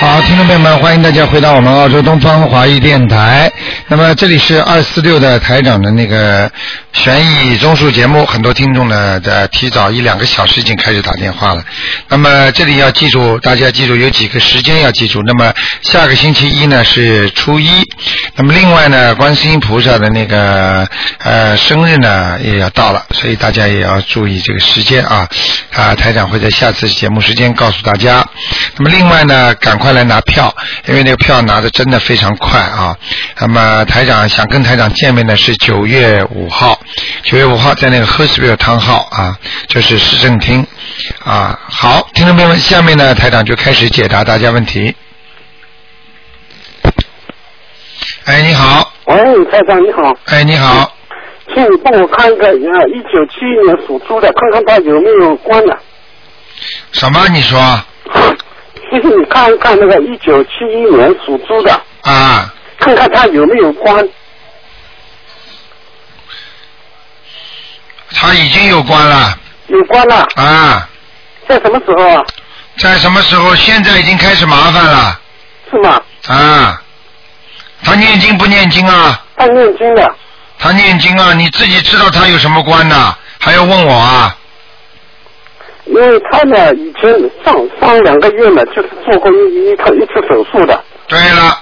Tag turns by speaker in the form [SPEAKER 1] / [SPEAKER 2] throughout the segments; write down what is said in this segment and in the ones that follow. [SPEAKER 1] 好，听众朋友们，欢迎大家回到我们澳洲东方华语电台。那么这里是二四六的台长的那个悬疑综述节目，很多听众呢在提早一两个小时已经开始打电话了。那么这里要记住，大家记住有几个时间要记住。那么下个星期一呢是初一，那么另外呢，观世音菩萨的那个呃生日呢也要到了，所以大家也要注意这个时间啊啊，台长会在下次节目时间告诉大家。那么另外呢，赶快来拿票，因为那个票拿的真的非常快啊。那么台长想跟台长见面呢是九月五号，九月五号在那个 h e r s v i l l e 汤号啊，就是市政厅啊。好，听众朋友们，下面呢台长就开始解答大家问题。哎，你好，
[SPEAKER 2] 喂，台长你好，
[SPEAKER 1] 哎，你好，
[SPEAKER 2] 请你帮我看一个呃一九七一年属猪的，看看他有没有关了。
[SPEAKER 1] 什么？你说
[SPEAKER 2] 其实你看一看那个一九七一年属猪的，
[SPEAKER 1] 啊？
[SPEAKER 2] 看看他有没有关。
[SPEAKER 1] 他已经有关了
[SPEAKER 2] 有关了，
[SPEAKER 1] 啊，
[SPEAKER 2] 在什么时候啊？
[SPEAKER 1] 在什么时候？现在已经开始麻烦了
[SPEAKER 2] 是吗？
[SPEAKER 1] 啊。他念经不念经啊？
[SPEAKER 2] 他念经了，
[SPEAKER 1] 他念经啊，你自己知道他有什么关呐、还要问我啊？
[SPEAKER 2] 因为他呢以前上上两个月呢，就是做过一一次一次手术的。
[SPEAKER 1] 对了，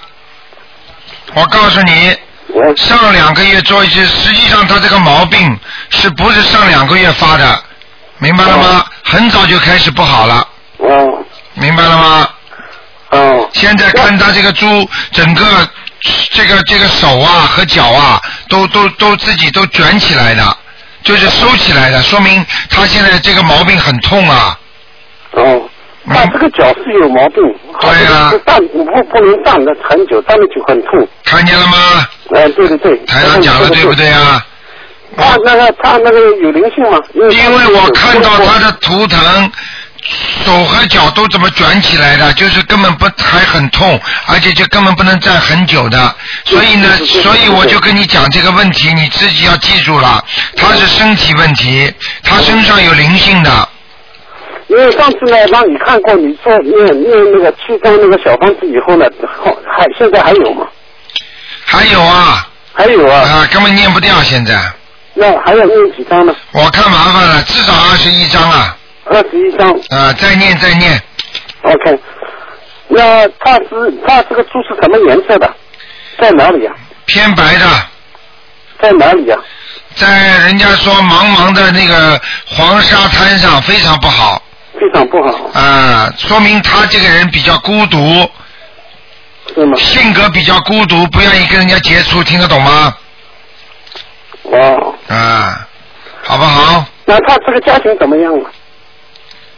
[SPEAKER 1] 我告诉你，
[SPEAKER 2] 喂，
[SPEAKER 1] 上两个月做一次，实际上他这个毛病是不是上两个月发的？明白了吗？很早就开始不好了，
[SPEAKER 2] 哦
[SPEAKER 1] 明白了吗？
[SPEAKER 2] 哦
[SPEAKER 1] 现在看他这个猪，整个这个这个手啊和脚啊，都都都自己都卷起来的，就是收起来的，说明他现在这个毛病很痛啊。
[SPEAKER 2] 哦，
[SPEAKER 1] 嗯
[SPEAKER 2] 他这个脚是有毛病，
[SPEAKER 1] 对啊
[SPEAKER 2] 是站不不能站的很久，站的就很痛。
[SPEAKER 1] 看见了吗？
[SPEAKER 2] 哎，对对对，
[SPEAKER 1] 台上讲的对不对啊？
[SPEAKER 2] 他那个他那个有灵性吗？因为
[SPEAKER 1] 因为我看到他的图腾，手和脚都怎么卷起来的，就是根本不还很痛，而且就根本不能站很久的。所以呢，
[SPEAKER 2] 对对对对
[SPEAKER 1] 所以我就跟你讲这个问题，你自己要记住了，他是身体问题，他身上有灵性的。
[SPEAKER 2] 因为上次呢让你看过，你说念念那个七张那个小方子以后呢，后还现在还有吗？
[SPEAKER 1] 还有啊
[SPEAKER 2] 还有啊，
[SPEAKER 1] 啊，根本念不掉现在，
[SPEAKER 2] 那还要念几张呢？
[SPEAKER 1] 我看麻烦了，至少二十一章啊
[SPEAKER 2] 二十一张
[SPEAKER 1] 啊，再念再念，
[SPEAKER 2] ，OK。那他是他这个猪是什么颜色的？在哪里呀、
[SPEAKER 1] 偏白的。
[SPEAKER 2] 在哪里啊呀、
[SPEAKER 1] 在人家说茫茫的那个黄沙滩上非常不好
[SPEAKER 2] 非常不好，
[SPEAKER 1] 啊、说明他这个人比较孤独，
[SPEAKER 2] 是吗？
[SPEAKER 1] 性格比较孤独，不愿意跟人家接触，听得懂吗？
[SPEAKER 2] 哦，
[SPEAKER 1] 啊、好不好？
[SPEAKER 2] 那他这个家庭怎么样啊？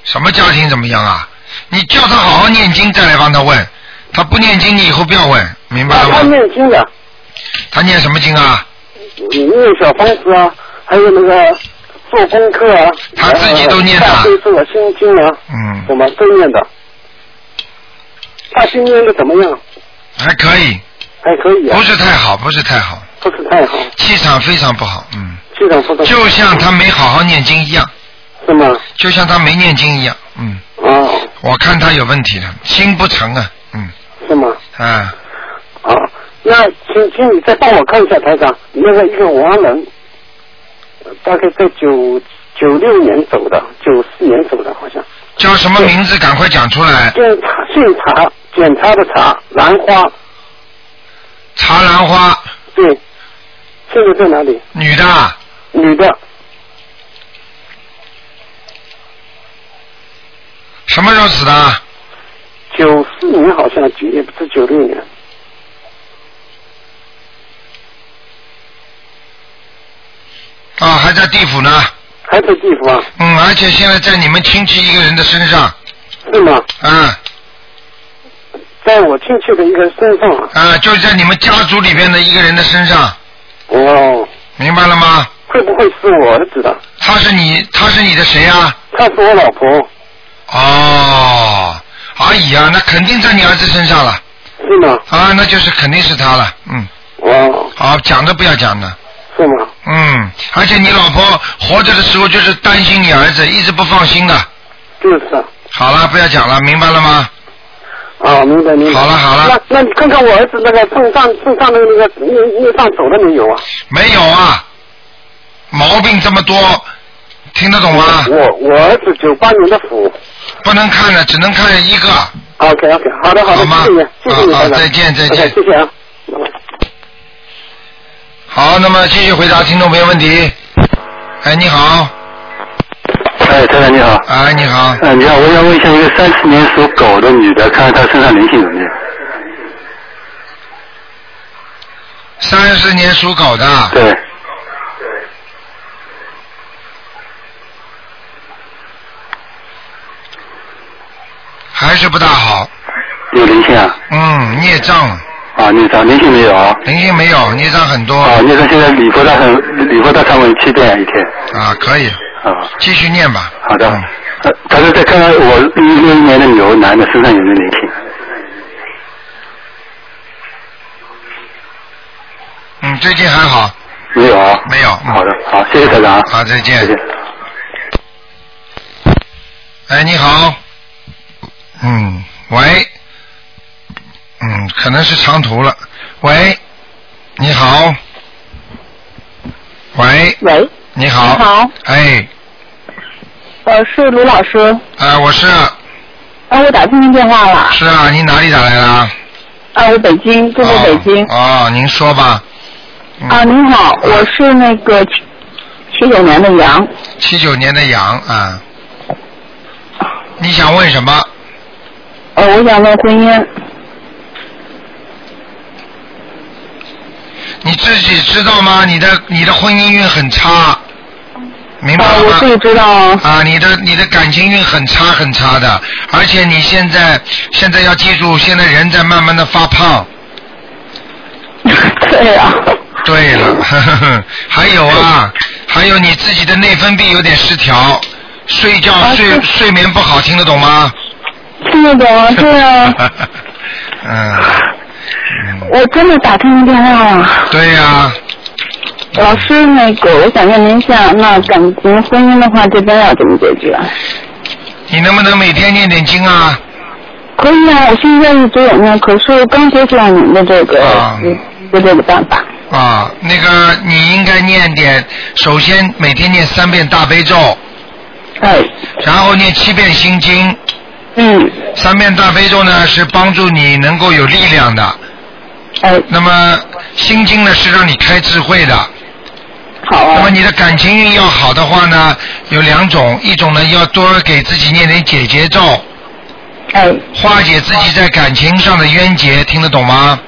[SPEAKER 1] 什么家庭怎么样啊？你叫他好好念经，再来帮他问。他不念经，你以后不要问，明白
[SPEAKER 2] 啊他
[SPEAKER 1] 了吗？
[SPEAKER 2] 念经的，
[SPEAKER 1] 他念什么经啊？
[SPEAKER 2] 你念小方子啊，还有那个做功课啊，
[SPEAKER 1] 他自己都念的
[SPEAKER 2] 的，大悲咒啊、心经啊，
[SPEAKER 1] 嗯
[SPEAKER 2] 什，么都念的。他心念的怎么样？
[SPEAKER 1] 还可以，
[SPEAKER 2] 还可以啊
[SPEAKER 1] 不，是太好，不是太好，
[SPEAKER 2] 不是太好，
[SPEAKER 1] 气场非常不好，嗯，
[SPEAKER 2] 气场不是
[SPEAKER 1] 就像他没好好念经一样，
[SPEAKER 2] 是吗？
[SPEAKER 1] 就像他没念经一样，嗯。
[SPEAKER 2] 哦，
[SPEAKER 1] 我看他有问题了，心不诚啊，嗯
[SPEAKER 2] 是吗？
[SPEAKER 1] 啊，
[SPEAKER 2] 啊，那请请你再帮我看一下台长，那个一个亡人，大概在九九六年走的，九四年走的好像，
[SPEAKER 1] 叫什么名字？赶快讲出来。
[SPEAKER 2] 检查姓查，检查的查，兰花，
[SPEAKER 1] 茶兰花，
[SPEAKER 2] 对，现在在哪里？
[SPEAKER 1] 女的啊，
[SPEAKER 2] 女的，
[SPEAKER 1] 什么时候死的啊？
[SPEAKER 2] 九四年好像九也不是九六年，
[SPEAKER 1] 啊，还在地府呢。
[SPEAKER 2] 还在地府啊？
[SPEAKER 1] 嗯，而且现在在你们亲戚一个人的身上，
[SPEAKER 2] 是吗？
[SPEAKER 1] 啊
[SPEAKER 2] 在我亲戚的一个身上啊。
[SPEAKER 1] 啊，就是在你们家族里边的一个人的身上，
[SPEAKER 2] 哦，
[SPEAKER 1] 明白了吗？
[SPEAKER 2] 会不会是我儿子的？
[SPEAKER 1] 他是你，他是你的谁啊？
[SPEAKER 2] 她是我老婆，
[SPEAKER 1] 哦，阿姨啊，那肯定在你儿子身上了
[SPEAKER 2] 是吗？
[SPEAKER 1] 啊，那就是肯定是他了，嗯，
[SPEAKER 2] 哦，
[SPEAKER 1] 好，讲都不要讲了。
[SPEAKER 2] 是吗？
[SPEAKER 1] 嗯，而且你老婆活着的时候就是担心你儿子，一直不放心的。
[SPEAKER 2] 就是啊。
[SPEAKER 1] 好了，不要讲了，明白了吗？
[SPEAKER 2] 哦，明白明白。
[SPEAKER 1] 好了好了
[SPEAKER 2] 那那你看看我儿子那个肾脏肾脏的那个那那上走了没有啊？
[SPEAKER 1] 没有啊，毛病这么多，听得懂吗？
[SPEAKER 2] 我我儿子九八年的虎。
[SPEAKER 1] 不能看了，只能看一个。
[SPEAKER 2] OK OK，好的好
[SPEAKER 1] 好
[SPEAKER 2] 的，
[SPEAKER 1] 吗
[SPEAKER 2] 谢谢你，谢谢你，
[SPEAKER 1] 啊啊
[SPEAKER 2] 台长
[SPEAKER 1] 再见再见
[SPEAKER 2] OK，谢谢啊。拜拜
[SPEAKER 1] 好，那么继续回答听众朋友问题。哎，你好，
[SPEAKER 3] 哎，台长你好。
[SPEAKER 1] 哎，你好，
[SPEAKER 3] 嗯，你好，我想问一下，一个三十年属狗的女的，看看她身上灵性怎么样？
[SPEAKER 1] 三十年属狗的，
[SPEAKER 3] 对，
[SPEAKER 1] 还是不大好，
[SPEAKER 3] 有灵性啊。
[SPEAKER 1] 嗯，孽障，
[SPEAKER 3] 啊，你长灵性没有啊？
[SPEAKER 1] 灵性没有，孽障很多
[SPEAKER 3] 啊，你说现在礼佛大很，礼佛大忏悔七遍一天。
[SPEAKER 1] 啊，可以，
[SPEAKER 3] 啊，
[SPEAKER 1] 继续念吧。
[SPEAKER 3] 好的
[SPEAKER 1] 嗯。
[SPEAKER 3] 呃，他说再看看我六一年的牛男的身上有没有灵性？
[SPEAKER 1] 嗯，最近还好，
[SPEAKER 3] 没有啊。
[SPEAKER 1] 没有嗯
[SPEAKER 3] 好的，好，谢谢台长啊。
[SPEAKER 1] 好，再见
[SPEAKER 3] 再。见。
[SPEAKER 1] 哎，你好，嗯，喂，嗯，可能是长途了。喂，你好，喂，
[SPEAKER 4] 喂，
[SPEAKER 1] 你好，
[SPEAKER 4] 你好，
[SPEAKER 1] 哎，
[SPEAKER 4] 我是卢老师，
[SPEAKER 1] 啊，我是
[SPEAKER 4] 啊，我打听您电话了，
[SPEAKER 1] 是啊，您哪里打来的啊？
[SPEAKER 4] 啊，我北京，中国北京，
[SPEAKER 1] 哦。哦，您说吧。嗯
[SPEAKER 4] 啊，您好，我是那个七七九年的羊，
[SPEAKER 1] 七九年的羊啊，你想问什么？
[SPEAKER 4] 呃，我想问婚姻，
[SPEAKER 1] 你自己知道吗？你的你的婚姻运很差，明白
[SPEAKER 4] 啊，
[SPEAKER 1] 了
[SPEAKER 4] 我
[SPEAKER 1] 吗？
[SPEAKER 4] 自己知道，
[SPEAKER 1] 啊，你的你的感情运很差很差的，而且你现在现在要记住，现在人在慢慢的发胖。
[SPEAKER 4] 对啊，
[SPEAKER 1] 对了， 呵呵呵还有啊，还有你自己的内分泌有点失调，睡觉、
[SPEAKER 4] 啊
[SPEAKER 1] 睡
[SPEAKER 4] 是
[SPEAKER 1] 睡眠不好，听得懂吗？
[SPEAKER 4] 听得懂啊，对啊，
[SPEAKER 1] 嗯， 嗯，
[SPEAKER 4] 我真的打听您电话了，
[SPEAKER 1] 对呀、
[SPEAKER 4] 老师，那个我想问您一下，那感情婚姻的话，这边要怎么解决？
[SPEAKER 1] 你能不能每天念点经啊？
[SPEAKER 4] 可以啊，我现在一直有呢，可是刚接触到您的这个，
[SPEAKER 1] 啊
[SPEAKER 4] 就这个办法。
[SPEAKER 1] 啊，那个你应该念点，首先每天念三遍大悲咒，
[SPEAKER 4] 哎，
[SPEAKER 1] 然后念七遍心经。
[SPEAKER 4] 嗯，
[SPEAKER 1] 三遍大悲咒呢是帮助你能够有力量的，
[SPEAKER 4] 哎，
[SPEAKER 1] 那么心经呢是让你开智慧的。
[SPEAKER 4] 好
[SPEAKER 1] 那么
[SPEAKER 4] 啊，
[SPEAKER 1] 你的感情运要好的话呢，有两种，一种呢要多给自己念点解结咒，
[SPEAKER 4] 哎，
[SPEAKER 1] 化解自己在感情上的冤结，听得懂吗？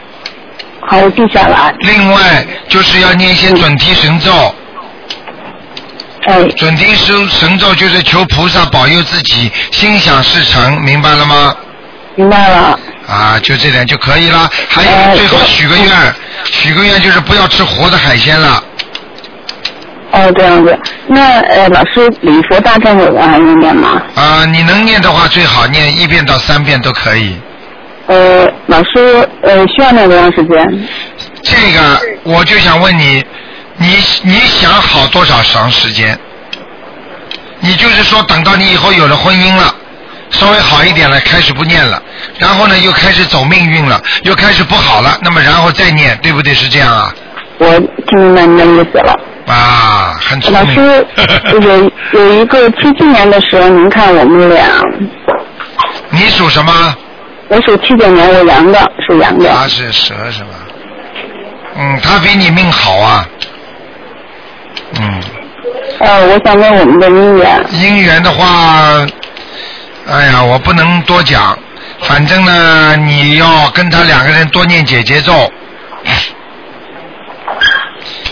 [SPEAKER 4] 好，我记下啊来。
[SPEAKER 1] 另外就是要念一些准提神咒，
[SPEAKER 4] 哎，
[SPEAKER 1] 准提神神咒就是求菩萨保佑自己心想事成，明白了吗？
[SPEAKER 4] 明白了。
[SPEAKER 1] 啊，就这点就可以了。还有
[SPEAKER 4] 哎
[SPEAKER 1] 最后许个愿，许个愿就是不要吃活的海鲜了。
[SPEAKER 4] 哦，这样子。那呃，老师，礼佛大忏悔文还用念吗？
[SPEAKER 1] 啊、你能念的话最好念一遍到三遍都可以。
[SPEAKER 4] 呃，老师，呃，需要念多长时间？
[SPEAKER 1] 这个我就想问你，你你想好多少长时间？你就是说等到你以后有了婚姻了，稍微好一点了，开始不念了，然后呢又开始走命运了，又开始不好了，那么然后再念，对不对？是这样啊？
[SPEAKER 4] 我听明白您的意思了。
[SPEAKER 1] 啊，很聪
[SPEAKER 4] 老
[SPEAKER 1] 明。，
[SPEAKER 4] 师呃有有一个七七年的时候，您看我们俩，
[SPEAKER 1] 你属什么？
[SPEAKER 4] 我属七九年，我羊的，属羊的。
[SPEAKER 1] 他是蛇是吧？嗯，他比你命好啊。嗯，
[SPEAKER 4] 呃，我想问我们的姻缘。
[SPEAKER 1] 姻缘的话，哎呀，我不能多讲。反正呢，你要跟他两个人多念姐姐咒，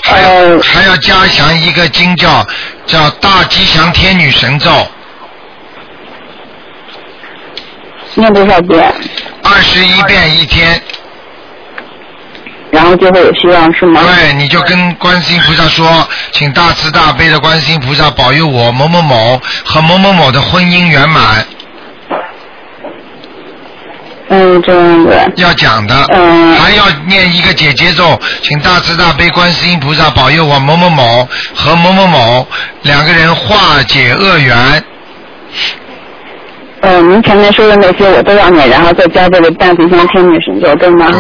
[SPEAKER 1] 还要、
[SPEAKER 4] 呃，
[SPEAKER 1] 还要加强一个经叫叫大吉祥天女神咒，
[SPEAKER 4] 念多少遍，
[SPEAKER 1] 二十一遍一天。
[SPEAKER 4] 然后就会有希望是吗？
[SPEAKER 1] 对，你就跟观世音菩萨说，请大慈大悲的观世音菩萨保佑我某某某和某某某的婚姻圆满，
[SPEAKER 4] 嗯，这样子。
[SPEAKER 1] 要讲的，
[SPEAKER 4] 嗯
[SPEAKER 1] 还要念一个姐姐咒，请大慈大悲观世音菩萨保佑我某某某和某某某两个人化解恶缘，
[SPEAKER 4] 呃，您前面说的那些我都要念，然后再加这个大吉祥天女神咒，对吗？
[SPEAKER 1] 啊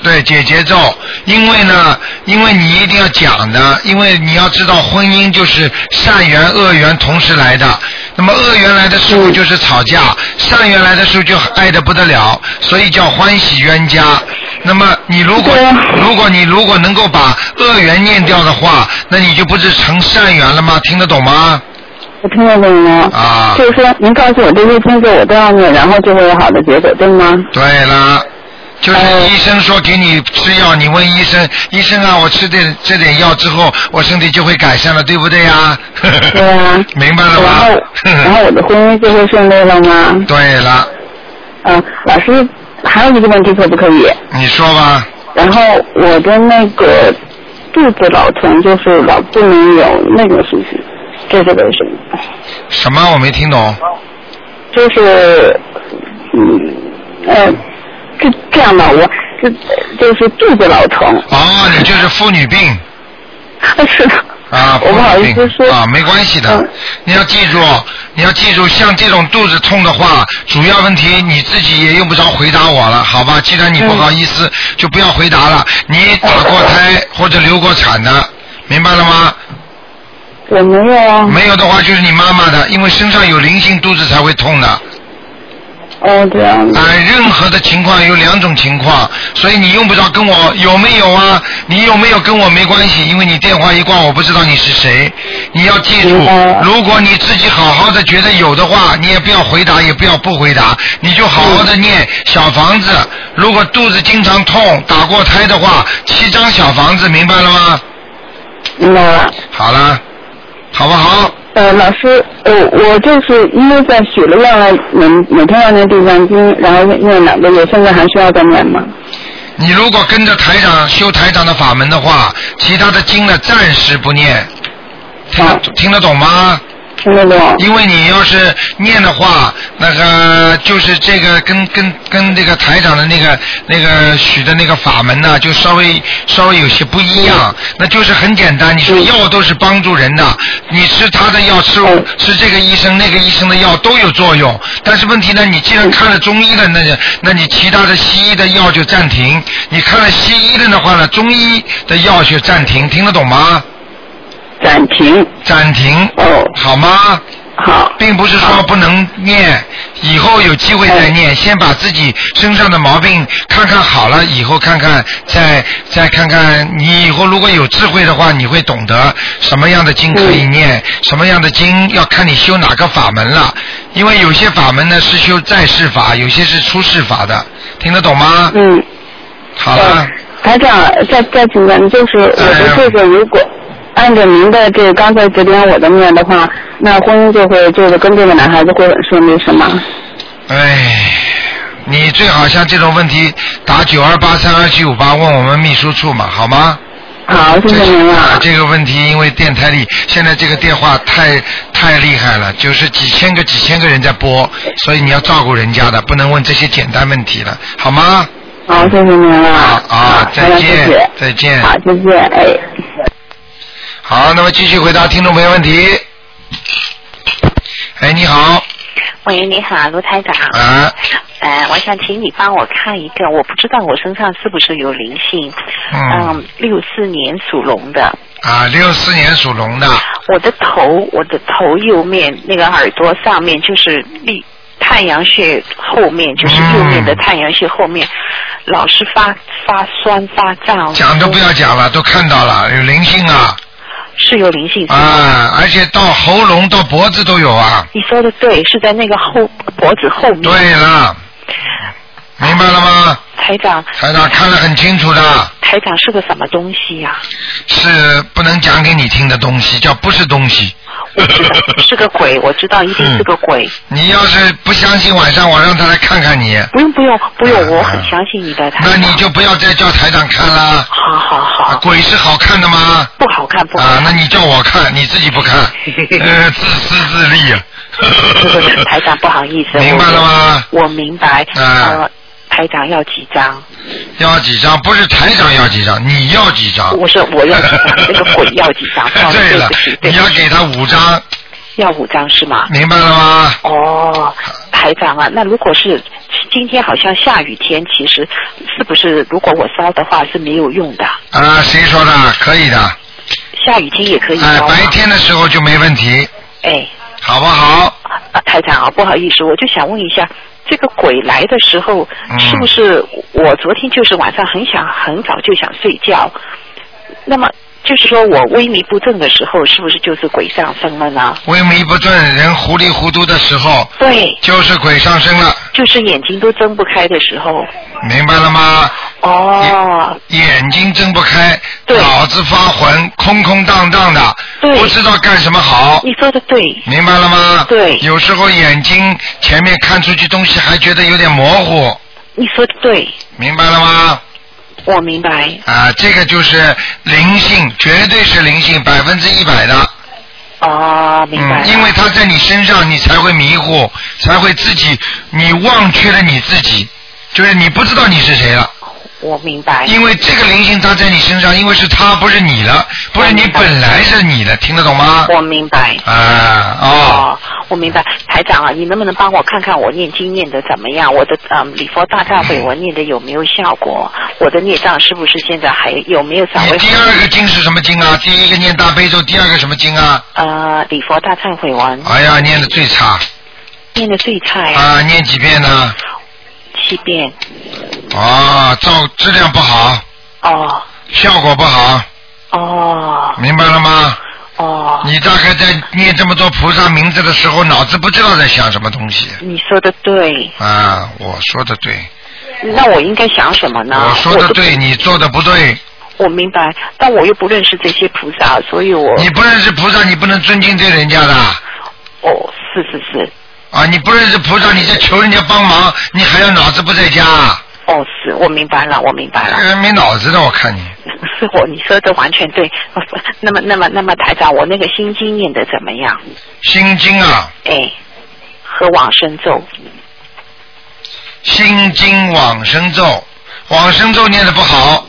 [SPEAKER 1] 对，解节奏，因为呢，因为你一定要讲的，因为你要知道，婚姻就是善缘恶缘同时来的。那么恶缘来的时候就是吵架，善缘来的时候就爱的不得了，所以叫欢喜冤家。那么你如果如果你如果能够把恶缘念掉的话，那你就不是成善缘了吗？听得懂吗？
[SPEAKER 4] 我听得懂了。
[SPEAKER 1] 啊
[SPEAKER 4] 就是说，您告诉我这些经咒我都要念，然后就会有好的结果，对吗？
[SPEAKER 1] 对啦，就是
[SPEAKER 4] 哦
[SPEAKER 1] 医生说给你吃药，你问医生，医生啊，我吃点这点药之后，我身体就会改善了，对不对呀？
[SPEAKER 4] 对啊。
[SPEAKER 1] 明白了
[SPEAKER 4] 然
[SPEAKER 1] 吗
[SPEAKER 4] 后，？然后我的婚姻就会顺利了吗？
[SPEAKER 1] 对了，
[SPEAKER 4] 嗯，老师，还有一个问题可不可以？
[SPEAKER 1] 你说吧，
[SPEAKER 4] 然后我的那个肚子老疼，就是老不能有那种事情，这是为什么？
[SPEAKER 1] 什么我没听懂？
[SPEAKER 4] 就是，嗯，呃，这这样吧，我这就是肚子老疼，
[SPEAKER 1] 哦，你就是妇女病
[SPEAKER 4] 是的，
[SPEAKER 1] 啊，
[SPEAKER 4] 我不好
[SPEAKER 1] 妇
[SPEAKER 4] 意
[SPEAKER 1] 女
[SPEAKER 4] 思
[SPEAKER 1] 病
[SPEAKER 4] 说
[SPEAKER 1] 啊，没关系的
[SPEAKER 4] 嗯，
[SPEAKER 1] 你要记住，你要记住，像这种肚子痛的话，主要问题你自己也用不着回答我了，好吧？既然你不
[SPEAKER 4] 嗯
[SPEAKER 1] 好意思，就不要回答了。你打过胎或者流过产的，明白了吗？
[SPEAKER 4] 我没有啊。
[SPEAKER 1] 没有的话就是你妈妈的，因为身上有灵性，肚子才会痛的。
[SPEAKER 4] 哦，这样子
[SPEAKER 1] 啊、。任何的情况有两种情况，所以你用不着跟我有没有啊？你有没有跟我没关系，因为你电话一挂，我不知道你是谁。你要记住
[SPEAKER 4] 明白了，
[SPEAKER 1] 如果你自己好好的觉得有的话，你也不要回答，也不要不回答，你就好好的念小房子。如果肚子经常痛，打过胎的话，七张小房子，明白了吗？
[SPEAKER 4] 明白了。
[SPEAKER 1] 好了，好不好？
[SPEAKER 4] 呃，老师，呃，我就是因为在许了愿了，每每天要念地藏经，然后念两个月，现在还需要再念吗？
[SPEAKER 1] 啊你如果跟着台长修台长的法门的话，其他的经呢暂时不念，听得
[SPEAKER 4] 好
[SPEAKER 1] 听得懂吗？
[SPEAKER 4] 听得懂？
[SPEAKER 1] 因为你要是念的话，那个就是这个跟跟跟这个台长的那个那个许的那个法门呢，就稍微稍微有些不一样。那就是很简单，你说药都是帮助人的，你吃他的药，吃
[SPEAKER 4] 嗯
[SPEAKER 1] 吃这个医生那个医生的药都有作用。但是问题呢，你既然看了中医的，那就那你其他的西医的药就暂停；你看了西医的的话呢，中医的药就暂停，听得懂吗？
[SPEAKER 4] 暂停。
[SPEAKER 1] 暂停，
[SPEAKER 4] 哦，
[SPEAKER 1] 好吗？
[SPEAKER 4] 好。
[SPEAKER 1] 并不是说不能念，以后有机会再念，先把自己身上的毛病看看好了，以后看看再再看看，你以后如果有智慧的话，你会懂得什么样的经可以念，什么样的经要看你修哪个法门了，因为有些法门呢是修在世法，有些是出世法的，听得懂吗？
[SPEAKER 4] 嗯。
[SPEAKER 1] 好了，
[SPEAKER 4] 台长，再再请问，就是我
[SPEAKER 1] 哎
[SPEAKER 4] 的这个如果按照您的这个刚才指点我的念的话，那婚姻就会就是跟这个男孩子会很顺利，是吗？
[SPEAKER 1] 哎，你最好像这种问题打九二八三二七五八问我们秘书处嘛，好吗？
[SPEAKER 4] 好，谢
[SPEAKER 1] 这
[SPEAKER 4] 谢您
[SPEAKER 1] 啊
[SPEAKER 4] 了，。
[SPEAKER 1] 这个问题因为电台里现在这个电话太太厉害了，就是几千个几千个人在拨，所以你要照顾人家的，不能问这些简单问题了，好吗？
[SPEAKER 4] 好，谢谢您了。
[SPEAKER 1] 啊啊，
[SPEAKER 4] 好
[SPEAKER 1] 再
[SPEAKER 4] 谢
[SPEAKER 1] 见
[SPEAKER 4] 谢，
[SPEAKER 1] 再见。
[SPEAKER 4] 好，再见，哎。
[SPEAKER 1] 好，那么继续回答听众朋友问题。哎，你好，
[SPEAKER 5] 喂，你好，卢台长。
[SPEAKER 1] 啊，
[SPEAKER 5] 呃，我想请你帮我看一个，我不知道我身上是不是有灵性。
[SPEAKER 1] 嗯
[SPEAKER 5] 嗯，六四年属龙的，
[SPEAKER 1] 啊，六四年属龙的，
[SPEAKER 5] 我的头，我的头右面那个耳朵上面就是立太阳穴后面，就是右面的
[SPEAKER 1] 嗯
[SPEAKER 5] 太阳穴后面，老是发发酸发胀。
[SPEAKER 1] 讲都不要讲了，都看到了，有灵性啊，
[SPEAKER 5] 是有灵性。是吗
[SPEAKER 1] 啊，而且到喉咙到脖子都有啊。
[SPEAKER 5] 你说的对，是在那个后脖子后面。
[SPEAKER 1] 对了，明白了吗？
[SPEAKER 5] 台长，
[SPEAKER 1] 台长看得很清楚的，
[SPEAKER 5] 台长是个什么东西呀、
[SPEAKER 1] 是不能讲给你听的东西，叫不是东西。
[SPEAKER 5] 我知道是个鬼，我知道一定是
[SPEAKER 1] 嗯
[SPEAKER 5] 个鬼。
[SPEAKER 1] 你要是不相信，晚上我让他来看看你，
[SPEAKER 5] 不用不用不
[SPEAKER 1] 嗯
[SPEAKER 5] 用，我很
[SPEAKER 1] 嗯
[SPEAKER 5] 相信你的台
[SPEAKER 1] 那
[SPEAKER 5] 长。
[SPEAKER 1] 你就不要再叫台长看啦。
[SPEAKER 5] 好好
[SPEAKER 1] 啊
[SPEAKER 5] 好，
[SPEAKER 1] 鬼是好看的吗？
[SPEAKER 5] 不好看不好
[SPEAKER 1] 啊，那
[SPEAKER 5] 看。。
[SPEAKER 1] 你叫我看，你自己不看，呃，自私自利啊
[SPEAKER 5] 台长不好意 思，
[SPEAKER 1] 明白了吗？
[SPEAKER 5] 我？我明白。
[SPEAKER 1] 嗯
[SPEAKER 5] 呃，台长要几张？
[SPEAKER 1] 要几张？不是台长要几张，你要几张？
[SPEAKER 5] 我说我要几张，那个鬼要几张
[SPEAKER 1] 对了
[SPEAKER 5] 对不起，对
[SPEAKER 1] 你
[SPEAKER 5] 不起
[SPEAKER 1] 要给他五张，
[SPEAKER 5] 要五张是吗？
[SPEAKER 1] 明白了吗？
[SPEAKER 5] 哦，台长啊，那如果是今天好像下雨天，其实是不是如果我烧的话是没有用的？
[SPEAKER 1] 啊，谁说的？可以的。
[SPEAKER 5] 下雨天也可以
[SPEAKER 1] 哎，
[SPEAKER 5] 烧吗
[SPEAKER 1] 白天的时候就没问题，
[SPEAKER 5] 哎，
[SPEAKER 1] 好不好？
[SPEAKER 5] 啊，台长啊，不好意思，我就想问一下，这个鬼来的时候
[SPEAKER 1] 嗯，
[SPEAKER 5] 是不是我昨天就是晚上很想很早就想睡觉，那么就是说我萎靡不振的时候，是不是就是鬼上身了呢？
[SPEAKER 1] 萎靡不振、人糊里糊涂的时候，
[SPEAKER 5] 对，
[SPEAKER 1] 就是鬼上身了，
[SPEAKER 5] 就是眼睛都睁不开的时候。
[SPEAKER 1] 明白了吗？
[SPEAKER 5] 哦，
[SPEAKER 1] 眼睛睁不开，
[SPEAKER 5] 对
[SPEAKER 1] 脑子发浑，空空荡荡的，
[SPEAKER 5] 对
[SPEAKER 1] 不知道干什么好。
[SPEAKER 5] 你说的对，
[SPEAKER 1] 明白了吗？
[SPEAKER 5] 对
[SPEAKER 1] 有时候眼睛前面看出去东西还觉得有点模糊，
[SPEAKER 5] 你说的对，
[SPEAKER 1] 明白了吗？
[SPEAKER 5] 我明白。
[SPEAKER 1] 啊，这个就是灵性，绝对是灵性，百分之一百的。
[SPEAKER 5] 哦，明白了。
[SPEAKER 1] 嗯，因为它在你身上，你才会迷糊，才会自己，你忘却了你自己，就是你不知道你是谁了。
[SPEAKER 5] 我明白。
[SPEAKER 1] 因为这个灵性它在你身上，因为是它不是你了，不是你本来是你的，听得懂吗？
[SPEAKER 5] 我明白。
[SPEAKER 1] 啊哦，
[SPEAKER 5] 哎哦，我明白，台长啊，你能不能帮我看看我念经念的怎么样？我的嗯礼佛大忏悔文念的有没有效果？我的孽障是不是现在还有没有稍
[SPEAKER 1] 你
[SPEAKER 5] 微？
[SPEAKER 1] 第二个经是什么经啊？第一个念大悲咒，第二个什么经啊？
[SPEAKER 5] 呃，礼佛大忏悔文
[SPEAKER 1] 哎呀，念的最差
[SPEAKER 5] 念的最差呀，
[SPEAKER 1] 啊！念几遍呢？
[SPEAKER 5] 七遍
[SPEAKER 1] 啊，照质量不好，
[SPEAKER 5] 哦
[SPEAKER 1] 效果不好，
[SPEAKER 5] 哦
[SPEAKER 1] 明白了吗？
[SPEAKER 5] 哦，
[SPEAKER 1] 你大概在念这么多菩萨名字的时候，脑子不知道在想什么东西
[SPEAKER 5] 你说的对，
[SPEAKER 1] 啊！我说的对，
[SPEAKER 5] 那我应该想什么呢？
[SPEAKER 1] 我说的
[SPEAKER 5] 都
[SPEAKER 1] 对，你做的不对。
[SPEAKER 5] 我明白，但我又不认识这些菩萨，所以我
[SPEAKER 1] 你不认识菩萨，你不能尊敬对人家的
[SPEAKER 5] 哦是是是
[SPEAKER 1] 啊！你不认识菩萨，你在求人家帮忙，你还要脑子不在家，
[SPEAKER 5] 哦是，我明白了，我明白
[SPEAKER 1] 这
[SPEAKER 5] 了
[SPEAKER 1] 个。人没脑子的，我看你。
[SPEAKER 5] 是我哦你说的完全对。哦那么那么那么台长，我那个心经念的怎么样？
[SPEAKER 1] 心经啊，
[SPEAKER 5] 哎，和往生咒
[SPEAKER 1] 心经往生咒，往生咒念的不好，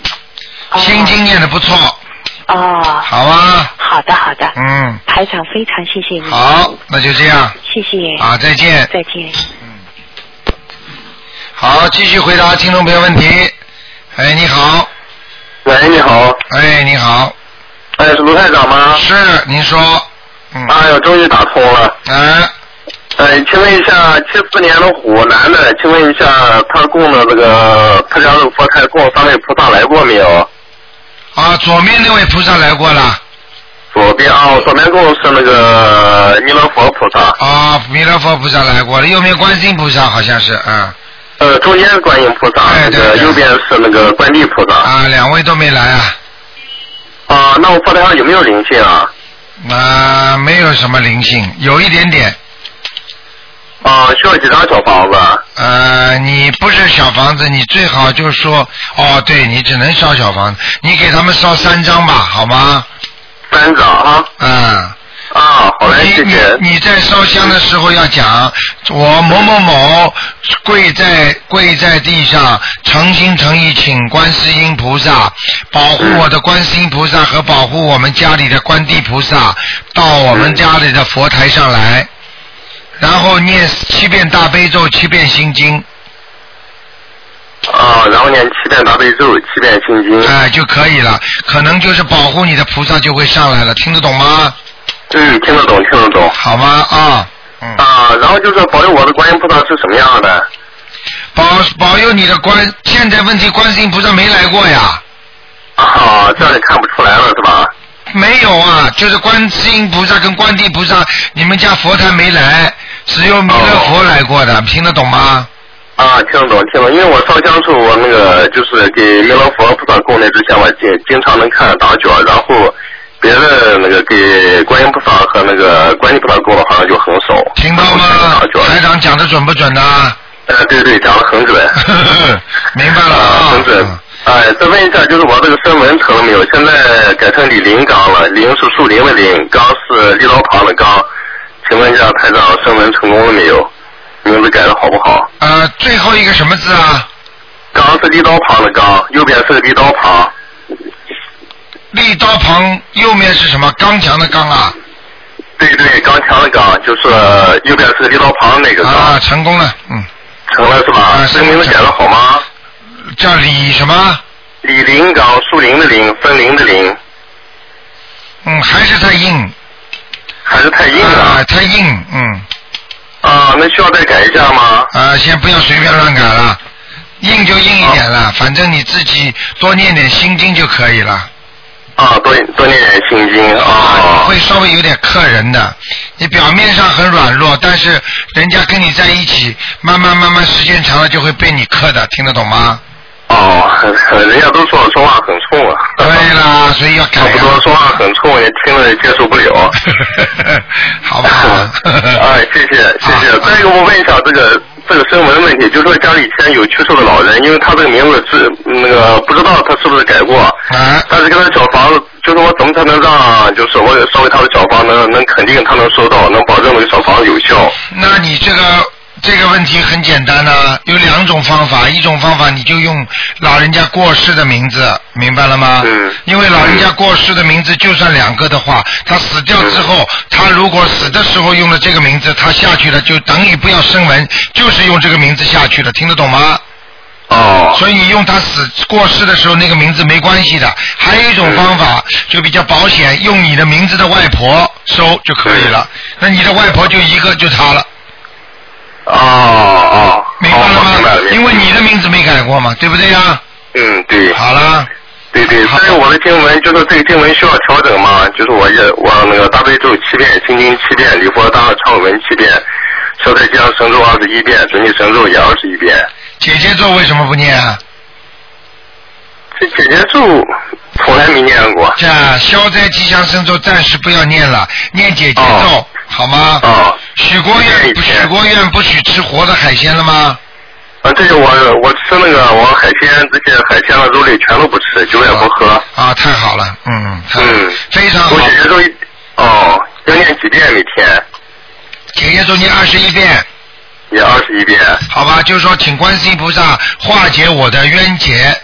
[SPEAKER 1] 心经念的不错，
[SPEAKER 5] 哦，
[SPEAKER 1] 好吧？
[SPEAKER 5] 好的好的，
[SPEAKER 1] 嗯，
[SPEAKER 5] 台长非常谢谢你，
[SPEAKER 1] 好，那就这样
[SPEAKER 5] 谢谢，
[SPEAKER 1] 啊，再见。
[SPEAKER 5] 再见。
[SPEAKER 1] 好，继续回答听众朋友问题。哎，你好，
[SPEAKER 3] 喂，你好，
[SPEAKER 1] 哎，你好，
[SPEAKER 3] 哎，是卢台长吗？
[SPEAKER 1] 是您说，嗯，
[SPEAKER 3] 哎呦，终于打通了。
[SPEAKER 1] 哎，
[SPEAKER 3] 呃，请问一下，七四年的虎男的，请问一下，他供的这个他家的佛台供三位菩萨来过没有？
[SPEAKER 1] 啊，左面那位菩萨来过了，
[SPEAKER 3] 左边啊，我左边供是那个弥勒佛菩萨，
[SPEAKER 1] 啊，弥勒佛菩萨来过了，右面观世音菩萨好像是，啊，
[SPEAKER 3] 呃，中间是观音菩萨，
[SPEAKER 1] 哎
[SPEAKER 3] 那
[SPEAKER 1] 对
[SPEAKER 3] 个
[SPEAKER 1] 对
[SPEAKER 3] 右边是那个观地菩萨。
[SPEAKER 1] 啊，两位都没来啊，
[SPEAKER 3] 啊，那我佛台上有没有灵性啊？
[SPEAKER 1] 啊，没有什么灵性，有一点点，
[SPEAKER 3] 啊，需要几张小房子？啊
[SPEAKER 1] 呃，你不是小房子，你最好就说，哦，对你只能烧小房子，你给他们烧三张吧，好吗？
[SPEAKER 3] 三张啊。
[SPEAKER 1] 啊。
[SPEAKER 3] 啊，好嘞，谢
[SPEAKER 1] 你
[SPEAKER 3] 谢。
[SPEAKER 1] 你你在烧香的时候要讲，我某某某跪在跪在地上，诚心诚意请观世音菩萨保护我的观世音菩萨和保护我们家里的观地菩萨到我们家里的佛台上来，然后念七遍大悲咒，七遍心经，
[SPEAKER 3] 啊，然后念七遍大悲咒，七遍心经。
[SPEAKER 1] 哎、就可以了。可能就是保护你的菩萨就会上来了，听得懂吗？
[SPEAKER 3] 嗯，听得懂，听得懂。
[SPEAKER 1] 好吗？啊，嗯。
[SPEAKER 3] 啊，然后就是保佑我的观音菩萨是什么样的？
[SPEAKER 1] 保保佑你的观，现在问题观世音菩萨没来过呀？
[SPEAKER 3] 啊，这样就看不出来了是吧？
[SPEAKER 1] 没有啊，就是观世音菩萨跟观地菩萨，你们家佛台没来，只有弥勒佛来过的，听得懂吗？
[SPEAKER 3] 啊，听得懂，听得懂。因为我烧香时候，我那个就是给弥勒佛菩萨供的之前，我经经常能看着打脚，然后别的那个给观音菩萨和那个观音菩萨供的好像就很少。
[SPEAKER 1] 啊听到吗
[SPEAKER 3] 打？脚。
[SPEAKER 1] 台长讲的准不准呢、啊
[SPEAKER 3] 呃，对对，讲的很准。
[SPEAKER 1] 明白了
[SPEAKER 3] 啊，
[SPEAKER 1] 啊
[SPEAKER 3] 很。准。哎，再问一下，就是我这个声纹成了没有？现在改成李林刚了，林是树林的林，刚是立刀旁的刚。请问一下，台长声纹成功了没有？名字改的好不好？
[SPEAKER 1] 呃，最后一个什么字啊？
[SPEAKER 3] 刚是立刀旁的刚，右边是个立刀旁。
[SPEAKER 1] 立刀旁右面是什么？刚强的刚啊？
[SPEAKER 3] 对对，刚强的刚，就是右边是个镰刀旁那个刚，
[SPEAKER 1] 啊，成功了，嗯，
[SPEAKER 3] 成了是吧
[SPEAKER 1] 啊？
[SPEAKER 3] 这个名字写的好吗？
[SPEAKER 1] 叫李什么？
[SPEAKER 3] 李林刚，树林的林，森林的林，
[SPEAKER 1] 嗯，还是太硬，
[SPEAKER 3] 还是太硬
[SPEAKER 1] 啊，
[SPEAKER 3] 了
[SPEAKER 1] 太硬，嗯，
[SPEAKER 3] 啊？那需要再改一下吗？
[SPEAKER 1] 啊，先不要随便乱改了，硬就硬一点了，反正你自己多念点心经就可以了。
[SPEAKER 3] 啊，多多念点心经
[SPEAKER 1] 啊，
[SPEAKER 3] 啊
[SPEAKER 1] 你。会稍微有点克人的。你表面上很软弱，但是人家跟你在一起，慢慢慢慢时间长了就会被你克的，听得懂吗？
[SPEAKER 3] 哦，人家都说我说话很冲啊。
[SPEAKER 1] 对啦，所以要改啊、
[SPEAKER 3] 差不多说话很冲，也听了也接受不了。
[SPEAKER 1] 好不好？
[SPEAKER 3] 啊，谢谢谢谢。
[SPEAKER 1] 啊
[SPEAKER 3] 再一个，我问一下这个这个声纹的问题，就是说家里以前有去世的老人，因为他这个名字是那个不知道他是不是改过，
[SPEAKER 1] 啊，
[SPEAKER 3] 但是跟他小房子，就是我怎么才能让，就是我也稍微他的小房能能肯定他能收到，能保证这个小房子有效。
[SPEAKER 1] 那你这个这个问题很简单呐、有两种方法，一种方法你就用老人家过世的名字，明白了吗？
[SPEAKER 3] 嗯
[SPEAKER 1] 因为老人家过世的名字就算两个的话，他死掉之后，
[SPEAKER 3] 嗯
[SPEAKER 1] 他如果死的时候用了这个名字，他下去了就等于不要声纹，就是用这个名字下去了，听得懂吗？
[SPEAKER 3] 哦
[SPEAKER 1] 所以你用他死过世的时候那个名字没关系的。还有一种方法
[SPEAKER 3] 嗯
[SPEAKER 1] 就比较保险，用你的名字的外婆收就可以了。
[SPEAKER 3] 嗯
[SPEAKER 1] 那你的外婆就一个，就她了。
[SPEAKER 3] 哦哦，
[SPEAKER 1] 明
[SPEAKER 3] 好
[SPEAKER 1] 白了
[SPEAKER 3] 我明白了
[SPEAKER 1] 吗？因为你的名字没改过嘛，对不对呀？
[SPEAKER 3] 嗯对。
[SPEAKER 1] 好了，
[SPEAKER 3] 对对，
[SPEAKER 1] 好
[SPEAKER 3] 但是我的经文就是这个经文需要调整嘛，就是我也我那个大悲咒七遍，心经七遍，礼佛大忏文七遍，消灾吉祥神咒二十一遍，准提神咒也二十一遍。
[SPEAKER 1] 姐姐咒为什么不念啊？
[SPEAKER 3] 这姐姐咒从来没念过。
[SPEAKER 1] 这啊消灾吉祥神咒暂时不要念了，念姐姐咒
[SPEAKER 3] 哦
[SPEAKER 1] 好吗？
[SPEAKER 3] 啊，
[SPEAKER 1] 许过愿不
[SPEAKER 3] 谢谢
[SPEAKER 1] 许过愿不许吃活的海鲜了吗？
[SPEAKER 3] 啊，这个我我吃那个我海鲜这些海鲜的肉类全都不吃，酒也不喝。
[SPEAKER 1] 啊，太好了，嗯，太好了
[SPEAKER 3] 嗯，
[SPEAKER 1] 非常好
[SPEAKER 3] 我。姐姐咒一哦，要念几遍每天？
[SPEAKER 1] 姐姐咒念二十一遍，
[SPEAKER 3] 也二十一遍。
[SPEAKER 1] 好吧？就是说，请观世音菩萨化解我的冤结。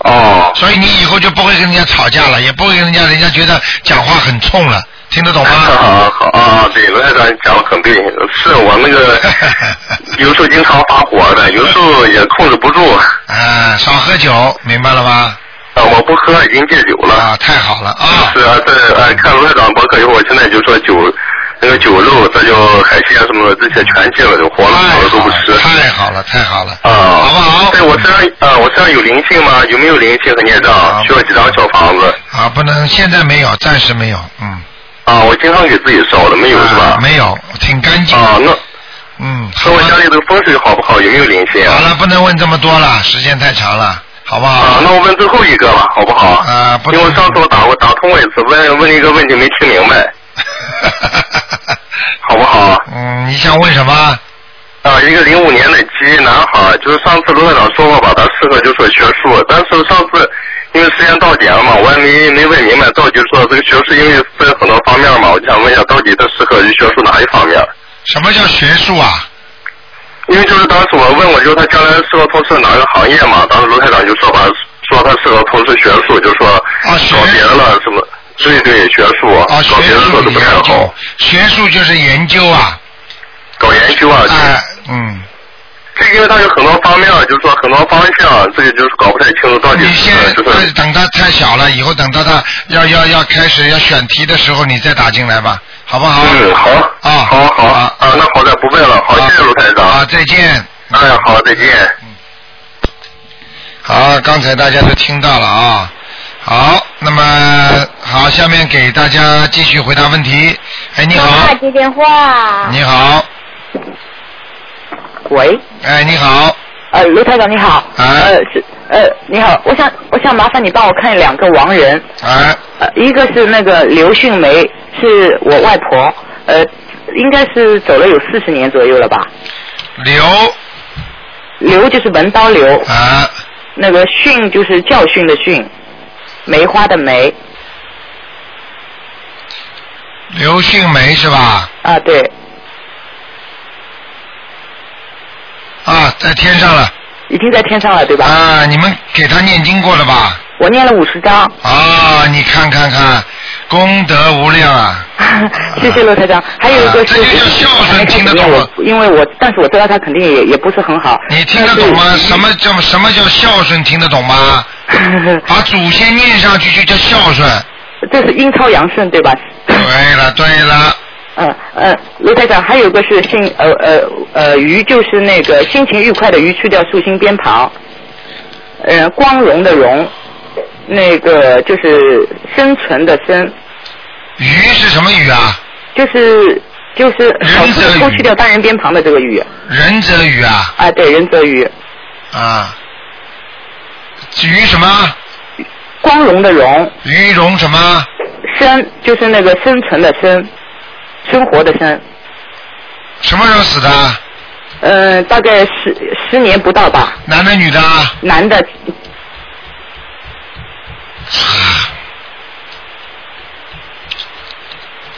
[SPEAKER 3] 哦，
[SPEAKER 1] 所以你以后就不会跟人家吵架了，也不会跟人家人家觉得讲话很冲了，听得懂吗？
[SPEAKER 3] 啊 好啊，对，罗台长讲的很对，是我 那个有时候经常发火的，有时候也控制不住。
[SPEAKER 1] 啊，少喝酒，明白了吗？
[SPEAKER 3] 啊，我不喝，已经戒酒了。
[SPEAKER 1] 啊，太好了啊
[SPEAKER 3] 嗯是！啊，这哎，看罗台长博客以后，我现在就说酒，那个酒肉，这就海鲜什么的，这些全戒了，就活
[SPEAKER 1] 太
[SPEAKER 3] 了，
[SPEAKER 1] 好
[SPEAKER 3] 活了都不吃。
[SPEAKER 1] 了，太好了，太好了，哎
[SPEAKER 3] 啊，
[SPEAKER 1] 好不好
[SPEAKER 3] 对，我身上啊，我身上有灵性吗？有没有灵性和孽
[SPEAKER 1] 啊
[SPEAKER 3] 障？需要几张小房子？
[SPEAKER 1] 啊，不能现在没有，暂时没有，嗯，
[SPEAKER 3] 啊，我经常给自己烧的，没有是
[SPEAKER 1] 啊
[SPEAKER 3] 吧？
[SPEAKER 1] 没有，挺干净，
[SPEAKER 3] 啊，那
[SPEAKER 1] 嗯，
[SPEAKER 3] 那
[SPEAKER 1] 好
[SPEAKER 3] 我家
[SPEAKER 1] 了，
[SPEAKER 3] 里头风水好不好？有没有灵性
[SPEAKER 1] 好
[SPEAKER 3] 啊？
[SPEAKER 1] 了，不能问这么多了，时间太长了，好不
[SPEAKER 3] 啊
[SPEAKER 1] 好，？
[SPEAKER 3] 那我问最后一个吧，好不好？
[SPEAKER 1] 啊不
[SPEAKER 3] 因为我上次我打过打通过一次，问问了一个问题没听明白，好不好？
[SPEAKER 1] 嗯，你想问什么？
[SPEAKER 3] 啊，一个零五年的鸡男孩，就是上次罗院长说过吧，他适合就是学术，但是上次因为时间到点了嘛，我也没没问明白，到底说这个学术因为分很多方面嘛，我就想问一下，到底他适合于学术哪一方面？
[SPEAKER 1] 什么叫学术啊？
[SPEAKER 3] 因为就是当时我问我，就是他将来适合从事哪个行业嘛？当时卢台长就说吧，说他适合从事学术，就说
[SPEAKER 1] 啊学
[SPEAKER 3] 搞别的了什么，对对，学术，
[SPEAKER 1] 啊，学
[SPEAKER 3] 搞别的
[SPEAKER 1] 术
[SPEAKER 3] 做的不太
[SPEAKER 1] 研究
[SPEAKER 3] 好，，
[SPEAKER 1] 学术就是研究啊，
[SPEAKER 3] 搞研究啊，
[SPEAKER 1] 哎、
[SPEAKER 3] 这
[SPEAKER 1] 嗯，
[SPEAKER 3] 这个因为他有很多方面，就是说很多方向，这个就是搞不太清楚到底
[SPEAKER 1] 你
[SPEAKER 3] 是
[SPEAKER 1] 现
[SPEAKER 3] 呃
[SPEAKER 1] 在
[SPEAKER 3] 就是
[SPEAKER 1] 等他太小了，以后等到他要要要开始要选题的时候，你再打进来吧，好不好？
[SPEAKER 3] 嗯，好，
[SPEAKER 1] 啊
[SPEAKER 3] 好好
[SPEAKER 1] 啊
[SPEAKER 3] 啊，那好的，不问了，好，
[SPEAKER 1] 啊
[SPEAKER 3] 谢谢卢台长，
[SPEAKER 1] 啊，再见。
[SPEAKER 3] 哎，好，再见。
[SPEAKER 1] 好，刚才大家都听到了啊。好，那么好，下面给大家继续回答问题。哎，你好
[SPEAKER 6] 妈，接电话。
[SPEAKER 1] 你好，
[SPEAKER 7] 喂，
[SPEAKER 1] 哎，你好，
[SPEAKER 7] 呃，卢台长你好，呃
[SPEAKER 1] 哎，
[SPEAKER 7] 是呃你好，我想我想麻烦你帮我看两个亡人，
[SPEAKER 1] 哎，
[SPEAKER 7] 呃一个是那个刘训梅，是我外婆，呃应该是走了有四十年左右了吧，
[SPEAKER 1] 刘
[SPEAKER 7] 刘就是文刀刘，
[SPEAKER 1] 啊，
[SPEAKER 7] 那个训就是教训的训，梅花的梅，
[SPEAKER 1] 刘训梅是吧？
[SPEAKER 7] 啊对，
[SPEAKER 1] 啊，在天上了。啊
[SPEAKER 7] 已经在天上了对吧？
[SPEAKER 1] 啊，你们给他念经过了吧？
[SPEAKER 7] 我念了五十章，
[SPEAKER 1] 啊，你看看看，功德无量啊！
[SPEAKER 5] 谢谢罗台长。还有一个是，
[SPEAKER 1] 啊这就叫孝顺听得懂吗
[SPEAKER 5] 我因为我，但是我知道他肯定也也不是很好。
[SPEAKER 1] 你听得懂
[SPEAKER 4] 哎
[SPEAKER 1] 吗？什么叫什么叫孝顺？听得懂吗？把祖先念上去就叫孝顺。
[SPEAKER 5] 这是阴超阳盛对吧？
[SPEAKER 1] 对了对了，
[SPEAKER 5] 嗯嗯，卢台长，还有一个是心呃呃呃鱼，就是那个心情愉快的鱼，去掉竖心边旁，呃，光荣的荣，那个就是生存的生，
[SPEAKER 1] 鱼是什么鱼啊？
[SPEAKER 5] 就是就是少数的偷去掉单人边旁的这个鱼
[SPEAKER 1] 仁者鱼啊
[SPEAKER 5] 啊，对，仁泽鱼，
[SPEAKER 1] 啊，鱼什么？
[SPEAKER 5] 光荣的荣，
[SPEAKER 1] 鱼荣什么？
[SPEAKER 5] 生就是那个生存的生，生活的生，
[SPEAKER 1] 什么时候死的？
[SPEAKER 5] 嗯、大概十十年不到吧，
[SPEAKER 1] 男的女的啊？
[SPEAKER 5] 男的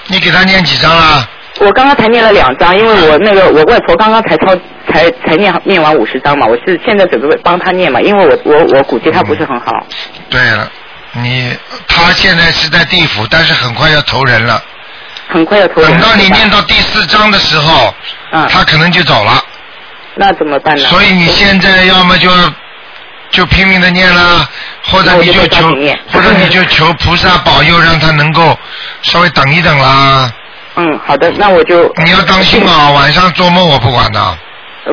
[SPEAKER 1] 你给他念几张啊了？
[SPEAKER 5] 我刚刚才念了两张，因为我那个我外婆刚刚才抄才才念念完五十张嘛，我是现在准备帮她念嘛，因为我我我估计她不是很好。
[SPEAKER 1] 嗯对了，你他现在是在地府，但是很快要投人了。
[SPEAKER 5] 很快要投人
[SPEAKER 1] 等
[SPEAKER 5] 了
[SPEAKER 1] 到你
[SPEAKER 5] 对吧
[SPEAKER 1] 念到第四章的时候，
[SPEAKER 5] 嗯，
[SPEAKER 1] 他可能就走了。
[SPEAKER 5] 那怎么办呢？
[SPEAKER 1] 所以你现在要么就就拼命的念啦，或者你
[SPEAKER 5] 那我
[SPEAKER 1] 就
[SPEAKER 5] 就
[SPEAKER 1] 求
[SPEAKER 5] 抓紧念，
[SPEAKER 1] 或者你就求菩萨保佑，让他能够稍微等一等啦。
[SPEAKER 5] 嗯，好的，那我就
[SPEAKER 1] 你要当心啊，晚上做梦我不管的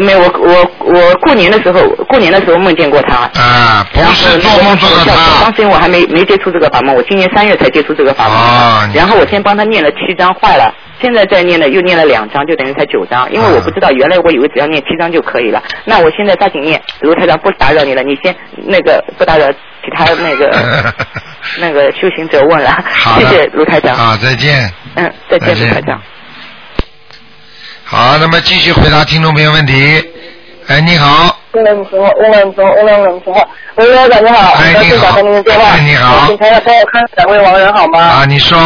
[SPEAKER 5] 没有我我我过年的时候过年的时候梦见过她。
[SPEAKER 1] 啊，不
[SPEAKER 5] 然后
[SPEAKER 1] 是
[SPEAKER 5] 那
[SPEAKER 1] 做
[SPEAKER 5] 个
[SPEAKER 1] 梦做到
[SPEAKER 5] 我当
[SPEAKER 1] 他。
[SPEAKER 5] 时因为我还没没接触这个法门，我今年三月才接触这个法门。
[SPEAKER 1] 哦你
[SPEAKER 5] 然后我先帮他念了七张，坏了，现在再念了又念了两张，就等于才九张。因为我不知道，
[SPEAKER 1] 嗯
[SPEAKER 5] 原来我以为只要念七张就可以了。那我现在抓紧念，卢台长不打扰你了，你先那个不打扰其他那个 那个修行者问了
[SPEAKER 1] 好，
[SPEAKER 5] 谢
[SPEAKER 1] 的
[SPEAKER 5] 谢卢台长。
[SPEAKER 1] 好，再见。
[SPEAKER 5] 嗯，再见卢台长。。
[SPEAKER 1] 好，那么继续回答听众朋友问题。哎，你好，
[SPEAKER 4] 温冷平，温冷平，温冷冷平。喂，罗长你好，
[SPEAKER 1] 哎
[SPEAKER 4] 我刚
[SPEAKER 1] 你
[SPEAKER 4] 是
[SPEAKER 1] 好
[SPEAKER 4] 打通您的电话。
[SPEAKER 1] 哎你好
[SPEAKER 4] 请台长帮我看两位亡人好吗？
[SPEAKER 1] 啊，你说，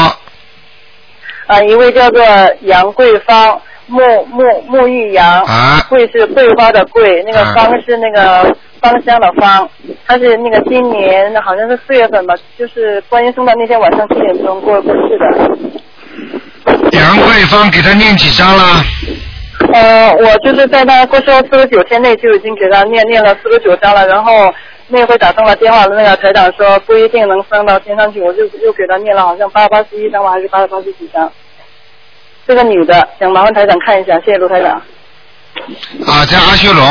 [SPEAKER 4] 啊，一位叫做杨桂芳，沐沐沐浴杨，
[SPEAKER 1] 啊
[SPEAKER 4] 桂是桂花的桂，那个
[SPEAKER 1] 啊
[SPEAKER 4] 芳是那个芳香的芳。她是那个今年好像是四月份吧，就是观音圣诞那天晚上七点钟过过世的。
[SPEAKER 1] 杨桂芳给他念几张了？
[SPEAKER 4] 呃，我就是在他过世后四十九天内就已经给他念念了四十九章了，然后那回打通了电话，那个台长说不一定能升到天上去，我就又给他念了好像八百八十一章吧，还是八百八十几章。这个女的，想麻烦台长看一下，谢谢卢台长。
[SPEAKER 1] 啊，在阿修罗。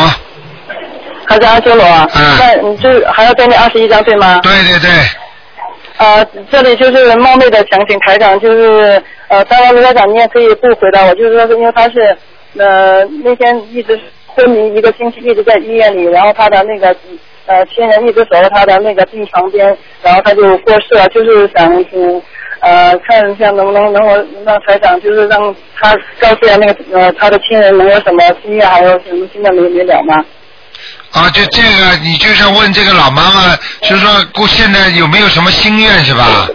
[SPEAKER 4] 她是阿修罗啊，
[SPEAKER 1] 嗯
[SPEAKER 4] 那你就还要再念二十一章对吗？
[SPEAKER 1] 对对对，
[SPEAKER 4] 呃，这里就是冒昧的强请台长，就是呃，当然卢台长你也可以不回答我，就是说是因为他是呃那天一直昏迷一个星期，一直在医院里，然后他的那个呃亲人一直守在他的那个病床边，然后他就过世了，就是想嗯呃看一下能不能能够让台长就是让他告诉一下那个呃他的亲人能有什么新愿，还有什么新的没没了吗？
[SPEAKER 1] 啊，就这个，你就是问这个老妈妈，就是说，过现在有没有什么心愿是吧？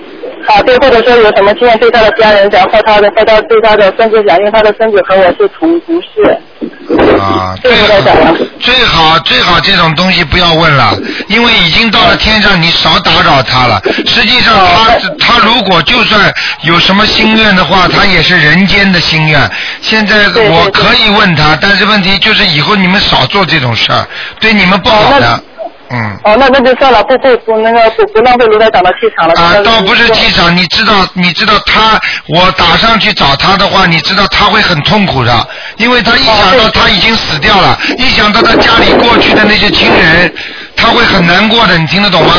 [SPEAKER 4] 啊，对，或者说有什么经验对他的家人讲，或他的或他对他的孙子讲，因为他的孙子和我是同同事。
[SPEAKER 1] 啊，
[SPEAKER 4] 对
[SPEAKER 1] 最
[SPEAKER 4] 不
[SPEAKER 1] 好
[SPEAKER 4] 对长？
[SPEAKER 1] 最好最好这种东西不要问了，因为已经到了天上，你少打扰他了。实际
[SPEAKER 4] 哦
[SPEAKER 1] 上他，他如果就算有什么心愿的话，他也是人间的心愿。现在
[SPEAKER 4] 对
[SPEAKER 1] 我
[SPEAKER 4] 对
[SPEAKER 1] 可以问他，但是问题就是以后你们少做这种事儿，对你们不好的。嗯。
[SPEAKER 4] 哦，那那就算了，不不不，那个不不浪费卢台长的气场了。
[SPEAKER 1] 啊
[SPEAKER 4] 那，
[SPEAKER 1] 倒不是机场，你知道，你知道他，我打上去找他的话，你知道他会很痛苦的，因为他一
[SPEAKER 4] 哦
[SPEAKER 1] 想到他已经死掉了，一想到他家里过去的那些亲人，他会很难过的，你听得懂吗？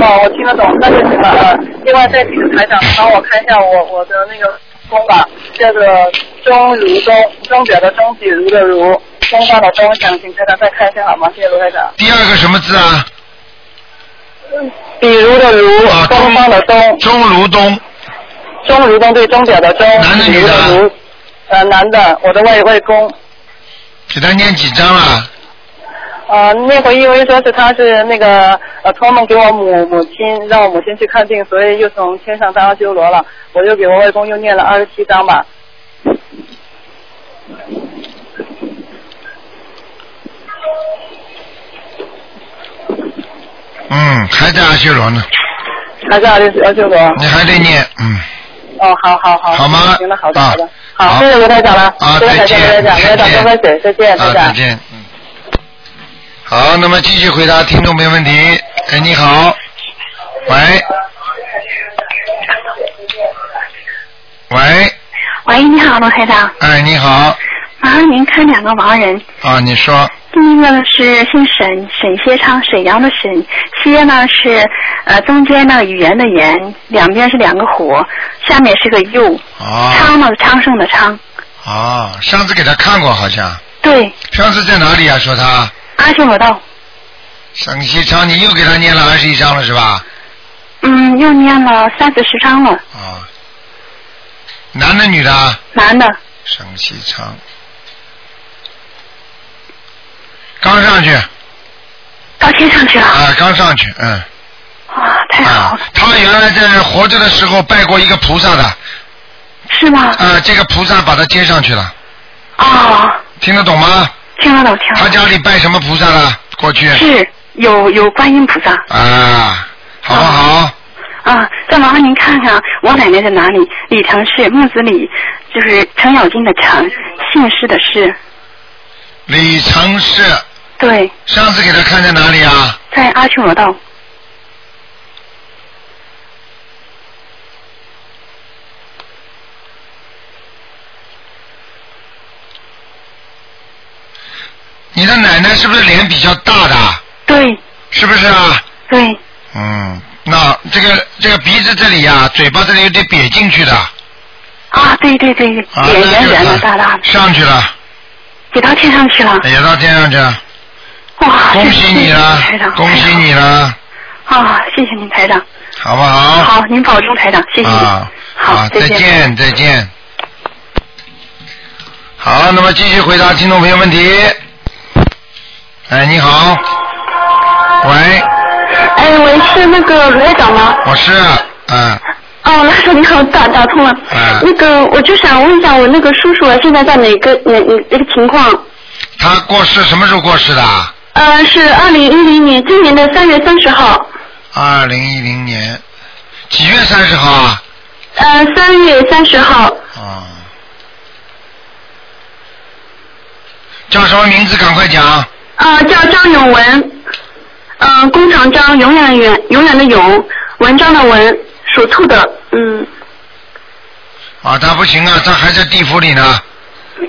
[SPEAKER 4] 哦，我听得懂，那就行了。呃，另外再请台长帮我看一下我我的那个钟吧，这个钟如钟，钟表的钟，比如的如，东方的东，想请台长再看一下好吗？谢谢卢台长。
[SPEAKER 1] 第二个什么字啊？
[SPEAKER 4] 比如的如，
[SPEAKER 1] 啊，
[SPEAKER 4] 东方的东，
[SPEAKER 1] 钟如东，
[SPEAKER 4] 钟如东对钟表的钟，
[SPEAKER 1] 男的啊
[SPEAKER 4] 比如
[SPEAKER 1] 女的
[SPEAKER 4] 如，呃，男的，我的外外公。
[SPEAKER 1] 给他念几张啊了？
[SPEAKER 4] 呃，那回因为说是他是那个呃托梦给我母母亲，让我母亲去看病，所以又从天上当阿修罗了，我就给我外公又念了二十七章吧。
[SPEAKER 1] 嗯，还在阿修罗呢。
[SPEAKER 4] 还是二六幺九多？
[SPEAKER 1] 你还得念，嗯，
[SPEAKER 4] 哦，好好好，
[SPEAKER 1] 好吗？
[SPEAKER 4] 行了，好的
[SPEAKER 1] 啊
[SPEAKER 4] 好的，好，谢谢卢台长了，
[SPEAKER 1] 啊，
[SPEAKER 4] 谢
[SPEAKER 1] 再
[SPEAKER 4] 谢
[SPEAKER 1] 见，
[SPEAKER 4] 台长，卢台长，卢台长多喝水，再见，
[SPEAKER 1] 啊，
[SPEAKER 4] 台
[SPEAKER 1] 再
[SPEAKER 4] 长。
[SPEAKER 1] 见，嗯。好，那么继续回答听众没问题。哎，你好，喂，喂，
[SPEAKER 8] 喂，你好，罗台长，
[SPEAKER 1] 哎，你好，
[SPEAKER 8] 麻烦您看两个亡人，
[SPEAKER 1] 啊，你说，
[SPEAKER 8] 第一个呢是姓沈，沈歇昌，沈阳的沈，歇呢是呃中间呢语言的言，两边是两个火，下面是个又，
[SPEAKER 1] 啊
[SPEAKER 8] 昌呢是昌盛的昌，
[SPEAKER 1] 啊，上次给他看过好像，
[SPEAKER 8] 对，
[SPEAKER 1] 上次在哪里啊？说他
[SPEAKER 8] 阿修罗道，
[SPEAKER 1] 沈西昌，你又给他念了二十一章了是吧？
[SPEAKER 8] 嗯，又念了三四十章了，
[SPEAKER 1] 啊，男的女的啊？
[SPEAKER 8] 男的，
[SPEAKER 1] 沈西昌，刚上去
[SPEAKER 8] 到天上去了，
[SPEAKER 1] 啊，刚上去，嗯
[SPEAKER 8] 哇，太哎好
[SPEAKER 1] 啊
[SPEAKER 8] 了，，
[SPEAKER 1] 他原来在活着的时候拜过一个菩萨的，
[SPEAKER 8] 是吗？
[SPEAKER 1] 啊，这个菩萨把他接上去了，
[SPEAKER 8] 哦，
[SPEAKER 1] 听得懂吗？
[SPEAKER 8] 听得懂，听
[SPEAKER 1] 他
[SPEAKER 8] 得懂，
[SPEAKER 1] 家里拜什么菩萨了？过去
[SPEAKER 8] 嗯是有有观音菩萨，
[SPEAKER 1] 啊，好不好？
[SPEAKER 8] 啊，再麻烦您看看啊我奶奶在哪里？李城市木子李，就是程咬金的程，姓氏的氏。
[SPEAKER 1] 李成是
[SPEAKER 8] 对，
[SPEAKER 1] 上次给他看在哪里啊？
[SPEAKER 8] 在阿修罗道。
[SPEAKER 1] 你的奶奶是不是脸比较大的？
[SPEAKER 8] 对
[SPEAKER 1] 是不是啊？
[SPEAKER 8] 对，
[SPEAKER 1] 嗯，那这个这个鼻子这里呀、嘴巴这里有点瘪进去的，啊，
[SPEAKER 8] 啊，对对对，脸
[SPEAKER 1] 那就
[SPEAKER 8] 圆圆的
[SPEAKER 1] 是，
[SPEAKER 8] 大大的，
[SPEAKER 1] 上去了，
[SPEAKER 8] 给到天上去了。
[SPEAKER 1] 也到天上去了，
[SPEAKER 8] 哇，
[SPEAKER 1] 恭喜你了
[SPEAKER 8] 谢谢您台长，
[SPEAKER 1] 恭喜你了，
[SPEAKER 8] 啊！谢谢您台长，
[SPEAKER 1] 好不好？
[SPEAKER 8] 好，您保重台长，谢谢您。
[SPEAKER 1] 啊，
[SPEAKER 8] 好，
[SPEAKER 1] 再
[SPEAKER 8] 见。
[SPEAKER 1] 见，再见。好，那么继续回答听众朋友问题。哎，你好，喂，
[SPEAKER 5] 哎，喂，是那个卢院长吗？
[SPEAKER 1] 我是，嗯，
[SPEAKER 5] 哦，那时候你好，打打通了。
[SPEAKER 1] 嗯
[SPEAKER 5] 那个，我就想问一下，我那个叔叔啊现在在哪个哪哪哪个情况？
[SPEAKER 1] 他过世什么时候过世的？
[SPEAKER 5] 呃，是二零一零年，今年的三月三十号，
[SPEAKER 1] 二零一零年几月三十号啊？
[SPEAKER 5] 呃，三月三十号，
[SPEAKER 1] 啊，叫什么名字？赶快讲。
[SPEAKER 5] 呃，叫张永文，呃，工厂张，永远远，永远的永，文章的文，属兔的，嗯，
[SPEAKER 1] 啊，他不行啊，他还在地府里呢。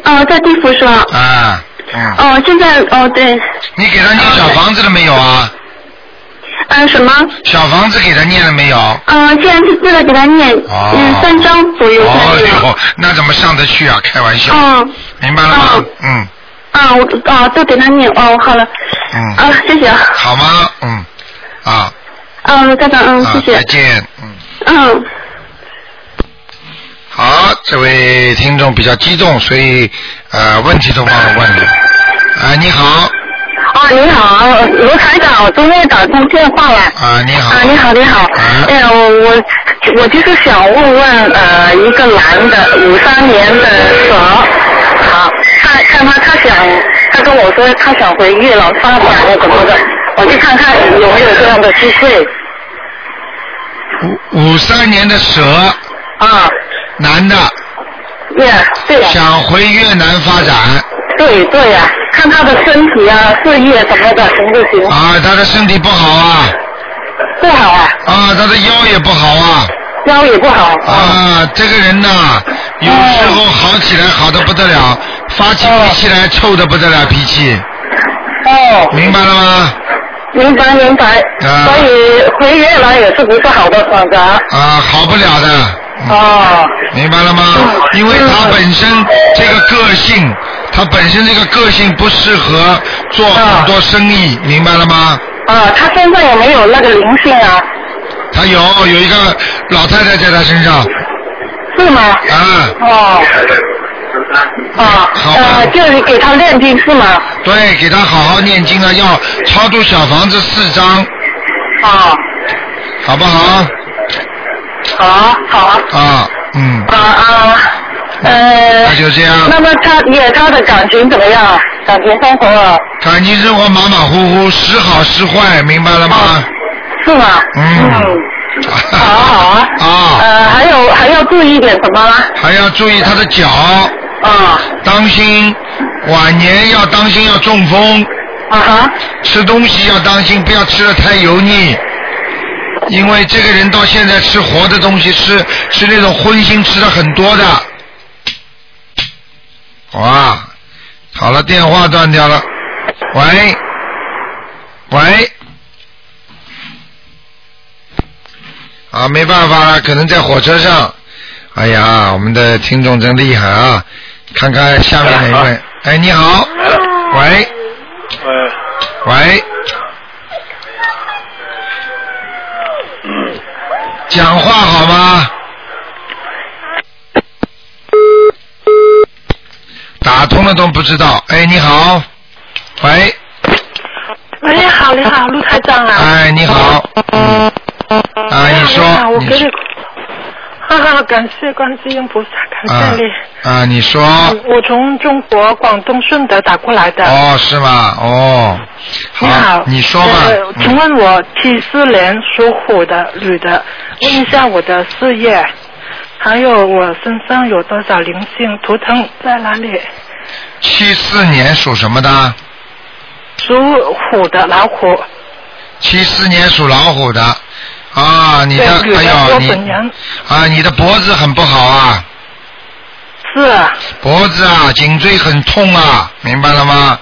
[SPEAKER 5] 呃，在地府是吧？
[SPEAKER 1] 啊，嗯，
[SPEAKER 5] 哦、现在哦对，
[SPEAKER 1] 你给他念小房子了没有啊？
[SPEAKER 5] 呃，什么？
[SPEAKER 1] 小房子给他念了没有？
[SPEAKER 5] 呃，现在是为了给他念，
[SPEAKER 1] 哦
[SPEAKER 5] 嗯，三章左右
[SPEAKER 1] 哦
[SPEAKER 5] 在念。
[SPEAKER 1] 呦，那怎么上得去啊？开玩笑，
[SPEAKER 5] 嗯，
[SPEAKER 1] 明白了吗
[SPEAKER 5] 嗯？
[SPEAKER 1] 嗯
[SPEAKER 5] 啊，我啊都给他念哦，好了，
[SPEAKER 1] 嗯，
[SPEAKER 5] 啊，谢谢啊，
[SPEAKER 1] 好吗？嗯，啊
[SPEAKER 5] 啊，卢站长，嗯，
[SPEAKER 1] 啊
[SPEAKER 5] 谢，
[SPEAKER 1] 再
[SPEAKER 5] 谢，
[SPEAKER 1] 见，嗯。
[SPEAKER 5] 嗯。
[SPEAKER 1] 好，这位听众比较激动，所以呃问题都忘了问了。啊，你好，
[SPEAKER 5] 哦，你好，卢台长，我终于打通电话了。
[SPEAKER 1] 啊，你好
[SPEAKER 5] 啊，，你好，你好
[SPEAKER 1] 啊。
[SPEAKER 5] 哎呀，我我我就是想问问呃，一个男的，五三年的蛇，好，看看他他想，他跟我说他想回月老发展那什么的，我去看看有没有这样的机会
[SPEAKER 1] 五五三年的蛇，
[SPEAKER 5] 啊。
[SPEAKER 1] 男的，
[SPEAKER 5] 耶、对呀、
[SPEAKER 1] 想回越南发展，
[SPEAKER 5] 对对呀、看他的身体啊、事业什么的行不行？
[SPEAKER 1] 啊，他的身体不好啊，
[SPEAKER 5] 不好啊，
[SPEAKER 1] 啊，他的腰也不好啊，
[SPEAKER 5] 腰也不好。
[SPEAKER 1] 啊，这个人呐，有时候好起来好的不得了，发起脾气来臭的不得了，脾气，
[SPEAKER 5] 哦，
[SPEAKER 1] 明白了吗？
[SPEAKER 5] 明白明白，
[SPEAKER 1] 啊
[SPEAKER 5] 所以回越南也是不是好的选择。
[SPEAKER 1] 啊，好不了的，嗯
[SPEAKER 5] 哦，
[SPEAKER 1] 明白了吗？因为他本身这个个性，他本身这个个性不适合做很多生意，明白了吗？
[SPEAKER 5] 啊，他身上有没有那个灵性啊？
[SPEAKER 1] 他有有一个老太太在他身上，
[SPEAKER 5] 是吗？
[SPEAKER 1] 啊，
[SPEAKER 5] 哦，啊，
[SPEAKER 1] 好
[SPEAKER 5] 呃，就是给他练经是吗？
[SPEAKER 1] 对，给他好好念经啊，要超度小房子四张，
[SPEAKER 5] 啊，
[SPEAKER 1] 好不好？
[SPEAKER 5] 好，好，
[SPEAKER 1] 啊，嗯，
[SPEAKER 5] 啊啊，呃
[SPEAKER 1] 那，就这样。
[SPEAKER 5] 那么他也他的感情怎么样？感情生活啊，
[SPEAKER 1] 感情生活马马虎虎，时好时坏，明白了吗？
[SPEAKER 5] 是吗？
[SPEAKER 1] 嗯
[SPEAKER 6] 好啊好啊。
[SPEAKER 1] 啊
[SPEAKER 6] 呃，还有还要注意点什么吗？
[SPEAKER 1] 还要注意他的脚，
[SPEAKER 6] 啊
[SPEAKER 1] 当心晚年要当心要中风，
[SPEAKER 6] 啊哈，
[SPEAKER 1] 吃东西要当心不要吃的太油腻，因为这个人到现在吃活的东西，吃吃那种荤腥吃的很多的。哇，好了，电话断掉了。喂，喂，啊，没办法了，可能在火车上。哎呀，我们的听众真厉害啊！看看下面哪一位？哎，你好，哎喂，
[SPEAKER 9] 呃，
[SPEAKER 1] 喂，
[SPEAKER 9] 嗯，
[SPEAKER 1] 讲话好吗？打通了都不知道。哎，你好，喂，
[SPEAKER 10] 喂，你哎好，你好，陆台长啊！
[SPEAKER 1] 哎，你好，嗯，啊，你
[SPEAKER 10] 你好，
[SPEAKER 1] 说，
[SPEAKER 10] 我
[SPEAKER 1] 你
[SPEAKER 10] 给你
[SPEAKER 1] 说，，
[SPEAKER 10] 哈哈，感谢观世音菩萨，感
[SPEAKER 1] 啊
[SPEAKER 10] 谢你。
[SPEAKER 1] 啊，你说，
[SPEAKER 10] 我从中国广东顺德打过来的。
[SPEAKER 1] 哦，是吗？哦，
[SPEAKER 10] 嗯你好，
[SPEAKER 1] 你说吧
[SPEAKER 10] 呃，
[SPEAKER 1] 嗯
[SPEAKER 10] 请问我七四年属虎的女的，问一下我的事业，还有我身上有多少灵性，图腾在哪里？
[SPEAKER 1] 七四年属什么的？
[SPEAKER 10] 属虎的老虎，
[SPEAKER 1] 七四年属老虎的，啊，你的，
[SPEAKER 10] 对女的
[SPEAKER 1] 哎呦，
[SPEAKER 10] 我
[SPEAKER 1] 你
[SPEAKER 10] 本人
[SPEAKER 1] 啊，你的脖子很不好啊，
[SPEAKER 10] 是啊，
[SPEAKER 1] 脖子啊，颈椎很痛啊，明白了吗？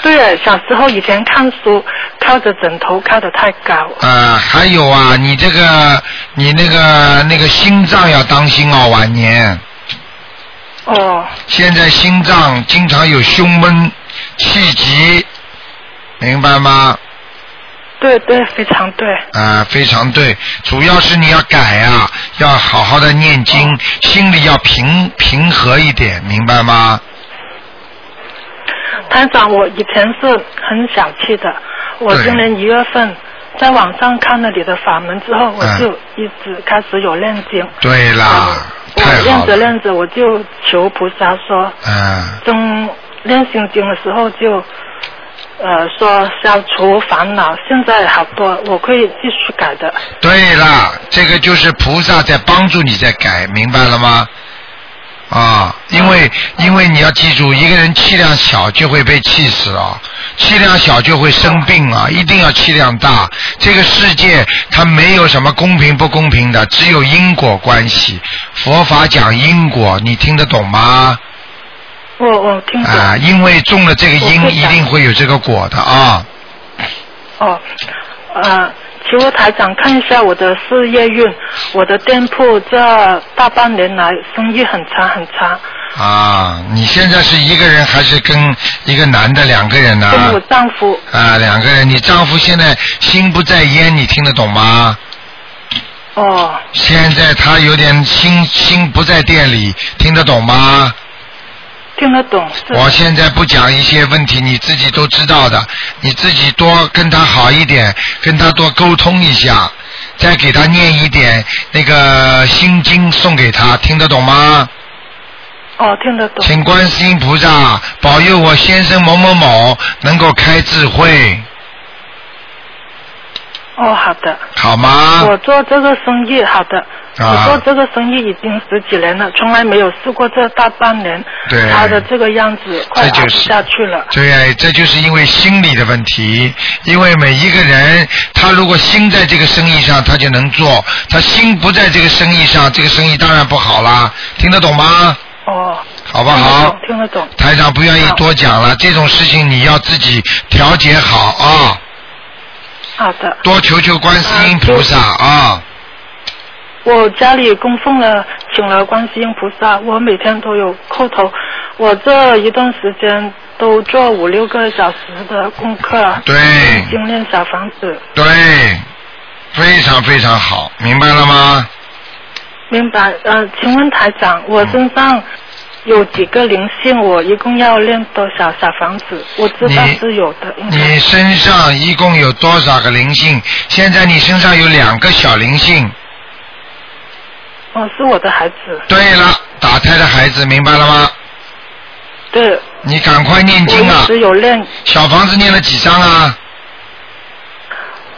[SPEAKER 10] 对，小时候以前看书靠着枕头靠得太高。
[SPEAKER 1] 啊，还有啊，你这个，你那个那个心脏要当心哦，晚年，
[SPEAKER 10] 哦，
[SPEAKER 1] 现在心脏经常有胸闷、气急，明白吗？
[SPEAKER 10] 对对，非常对。
[SPEAKER 1] 啊，非常对，主要是你要改啊，要好好的念经，心里要平平和一点，明白吗？
[SPEAKER 10] 台长，我以前是很小气的，我
[SPEAKER 1] 对
[SPEAKER 10] 今年一月份在网上看了你的法门之后，我
[SPEAKER 1] 嗯
[SPEAKER 10] 就一直开始有念经。
[SPEAKER 1] 对啦，
[SPEAKER 10] 我
[SPEAKER 1] 太好
[SPEAKER 10] 念
[SPEAKER 1] 了，
[SPEAKER 10] 着念着，我就求菩萨说，
[SPEAKER 1] 嗯，
[SPEAKER 10] 中念心经的时候就，呃，说消除烦恼。现在好多，我可以继续改的。
[SPEAKER 1] 对啦，这个就是菩萨在帮助你在改，明白了吗？啊，因为因为你要记住，一个人气量小就会被气死啊，气量小就会生病啊，一定要气量大。这个世界它没有什么公平不公平的，只有因果关系。佛法讲因果，你听得懂吗？
[SPEAKER 10] 我我听懂。
[SPEAKER 1] 啊，因为种了这个因
[SPEAKER 10] 嗯我，会
[SPEAKER 1] 一
[SPEAKER 10] 的
[SPEAKER 1] 定会有这个果的啊。
[SPEAKER 10] 哦，呃，请问台长看一下我的事业运，我的店铺这大半年来生意很差很差，
[SPEAKER 1] 啊，你现在是一个人还是跟一个男的两个人呢、
[SPEAKER 10] 跟
[SPEAKER 1] 啊
[SPEAKER 10] 我？丈夫
[SPEAKER 1] 两个人，你丈夫现在心不在焉，你听得懂吗？
[SPEAKER 10] 哦
[SPEAKER 1] 现在他有点心心不在店里，听得懂吗？
[SPEAKER 10] 听得懂是
[SPEAKER 1] 我现在不讲一些问题，你自己都知道的，你自己多跟他好一点，跟他多沟通一下，再给他念一点那个心经送给他，听得懂吗？
[SPEAKER 10] 哦听得懂
[SPEAKER 1] 请观世音菩萨保佑我先生某某某能够开智慧，
[SPEAKER 10] 哦好的，
[SPEAKER 1] 好吗？
[SPEAKER 10] 我做这个生意好的。
[SPEAKER 1] 啊
[SPEAKER 10] 我做这个生意已经十几年了，从来没有试过这大半年，
[SPEAKER 1] 对
[SPEAKER 10] 他的这个样子快
[SPEAKER 1] 这
[SPEAKER 10] 熬
[SPEAKER 1] 就
[SPEAKER 10] 不
[SPEAKER 1] 是
[SPEAKER 10] 下去了。
[SPEAKER 1] 对，这就是因为心理的问题。因为每一个人，他如果心在这个生意上，他就能做；他心不在这个生意上，这个生意当然不好啦。听得懂吗？
[SPEAKER 10] 哦，
[SPEAKER 1] 好不好？
[SPEAKER 10] 听得懂，听得懂
[SPEAKER 1] 台长不愿意
[SPEAKER 10] 好
[SPEAKER 1] 多讲了，这种事情你要自己调节好啊，
[SPEAKER 10] 好的。
[SPEAKER 1] 多求求观世音菩萨啊。
[SPEAKER 10] 我家里供奉了，请了观世音菩萨，我每天都有叩头。我这一段时间都做五六个小时的功课，
[SPEAKER 1] 对
[SPEAKER 10] 精炼小房子，
[SPEAKER 1] 对，非常非常好，明白了吗？
[SPEAKER 10] 明白？呃，请问台长，我身上有几个灵性？我一共要练多少小房子？我知道
[SPEAKER 1] 你
[SPEAKER 10] 是有的，应该
[SPEAKER 1] 你身上一共有多少个灵性？现在你身上有两个小灵性。
[SPEAKER 10] 哦，是我的孩子，
[SPEAKER 1] 对了，打胎的孩子，明白了吗？
[SPEAKER 10] 对，
[SPEAKER 1] 你赶快念
[SPEAKER 10] 我
[SPEAKER 1] 经
[SPEAKER 10] 一
[SPEAKER 1] 啊！
[SPEAKER 10] 直有练，
[SPEAKER 1] 小房子念了几张啊？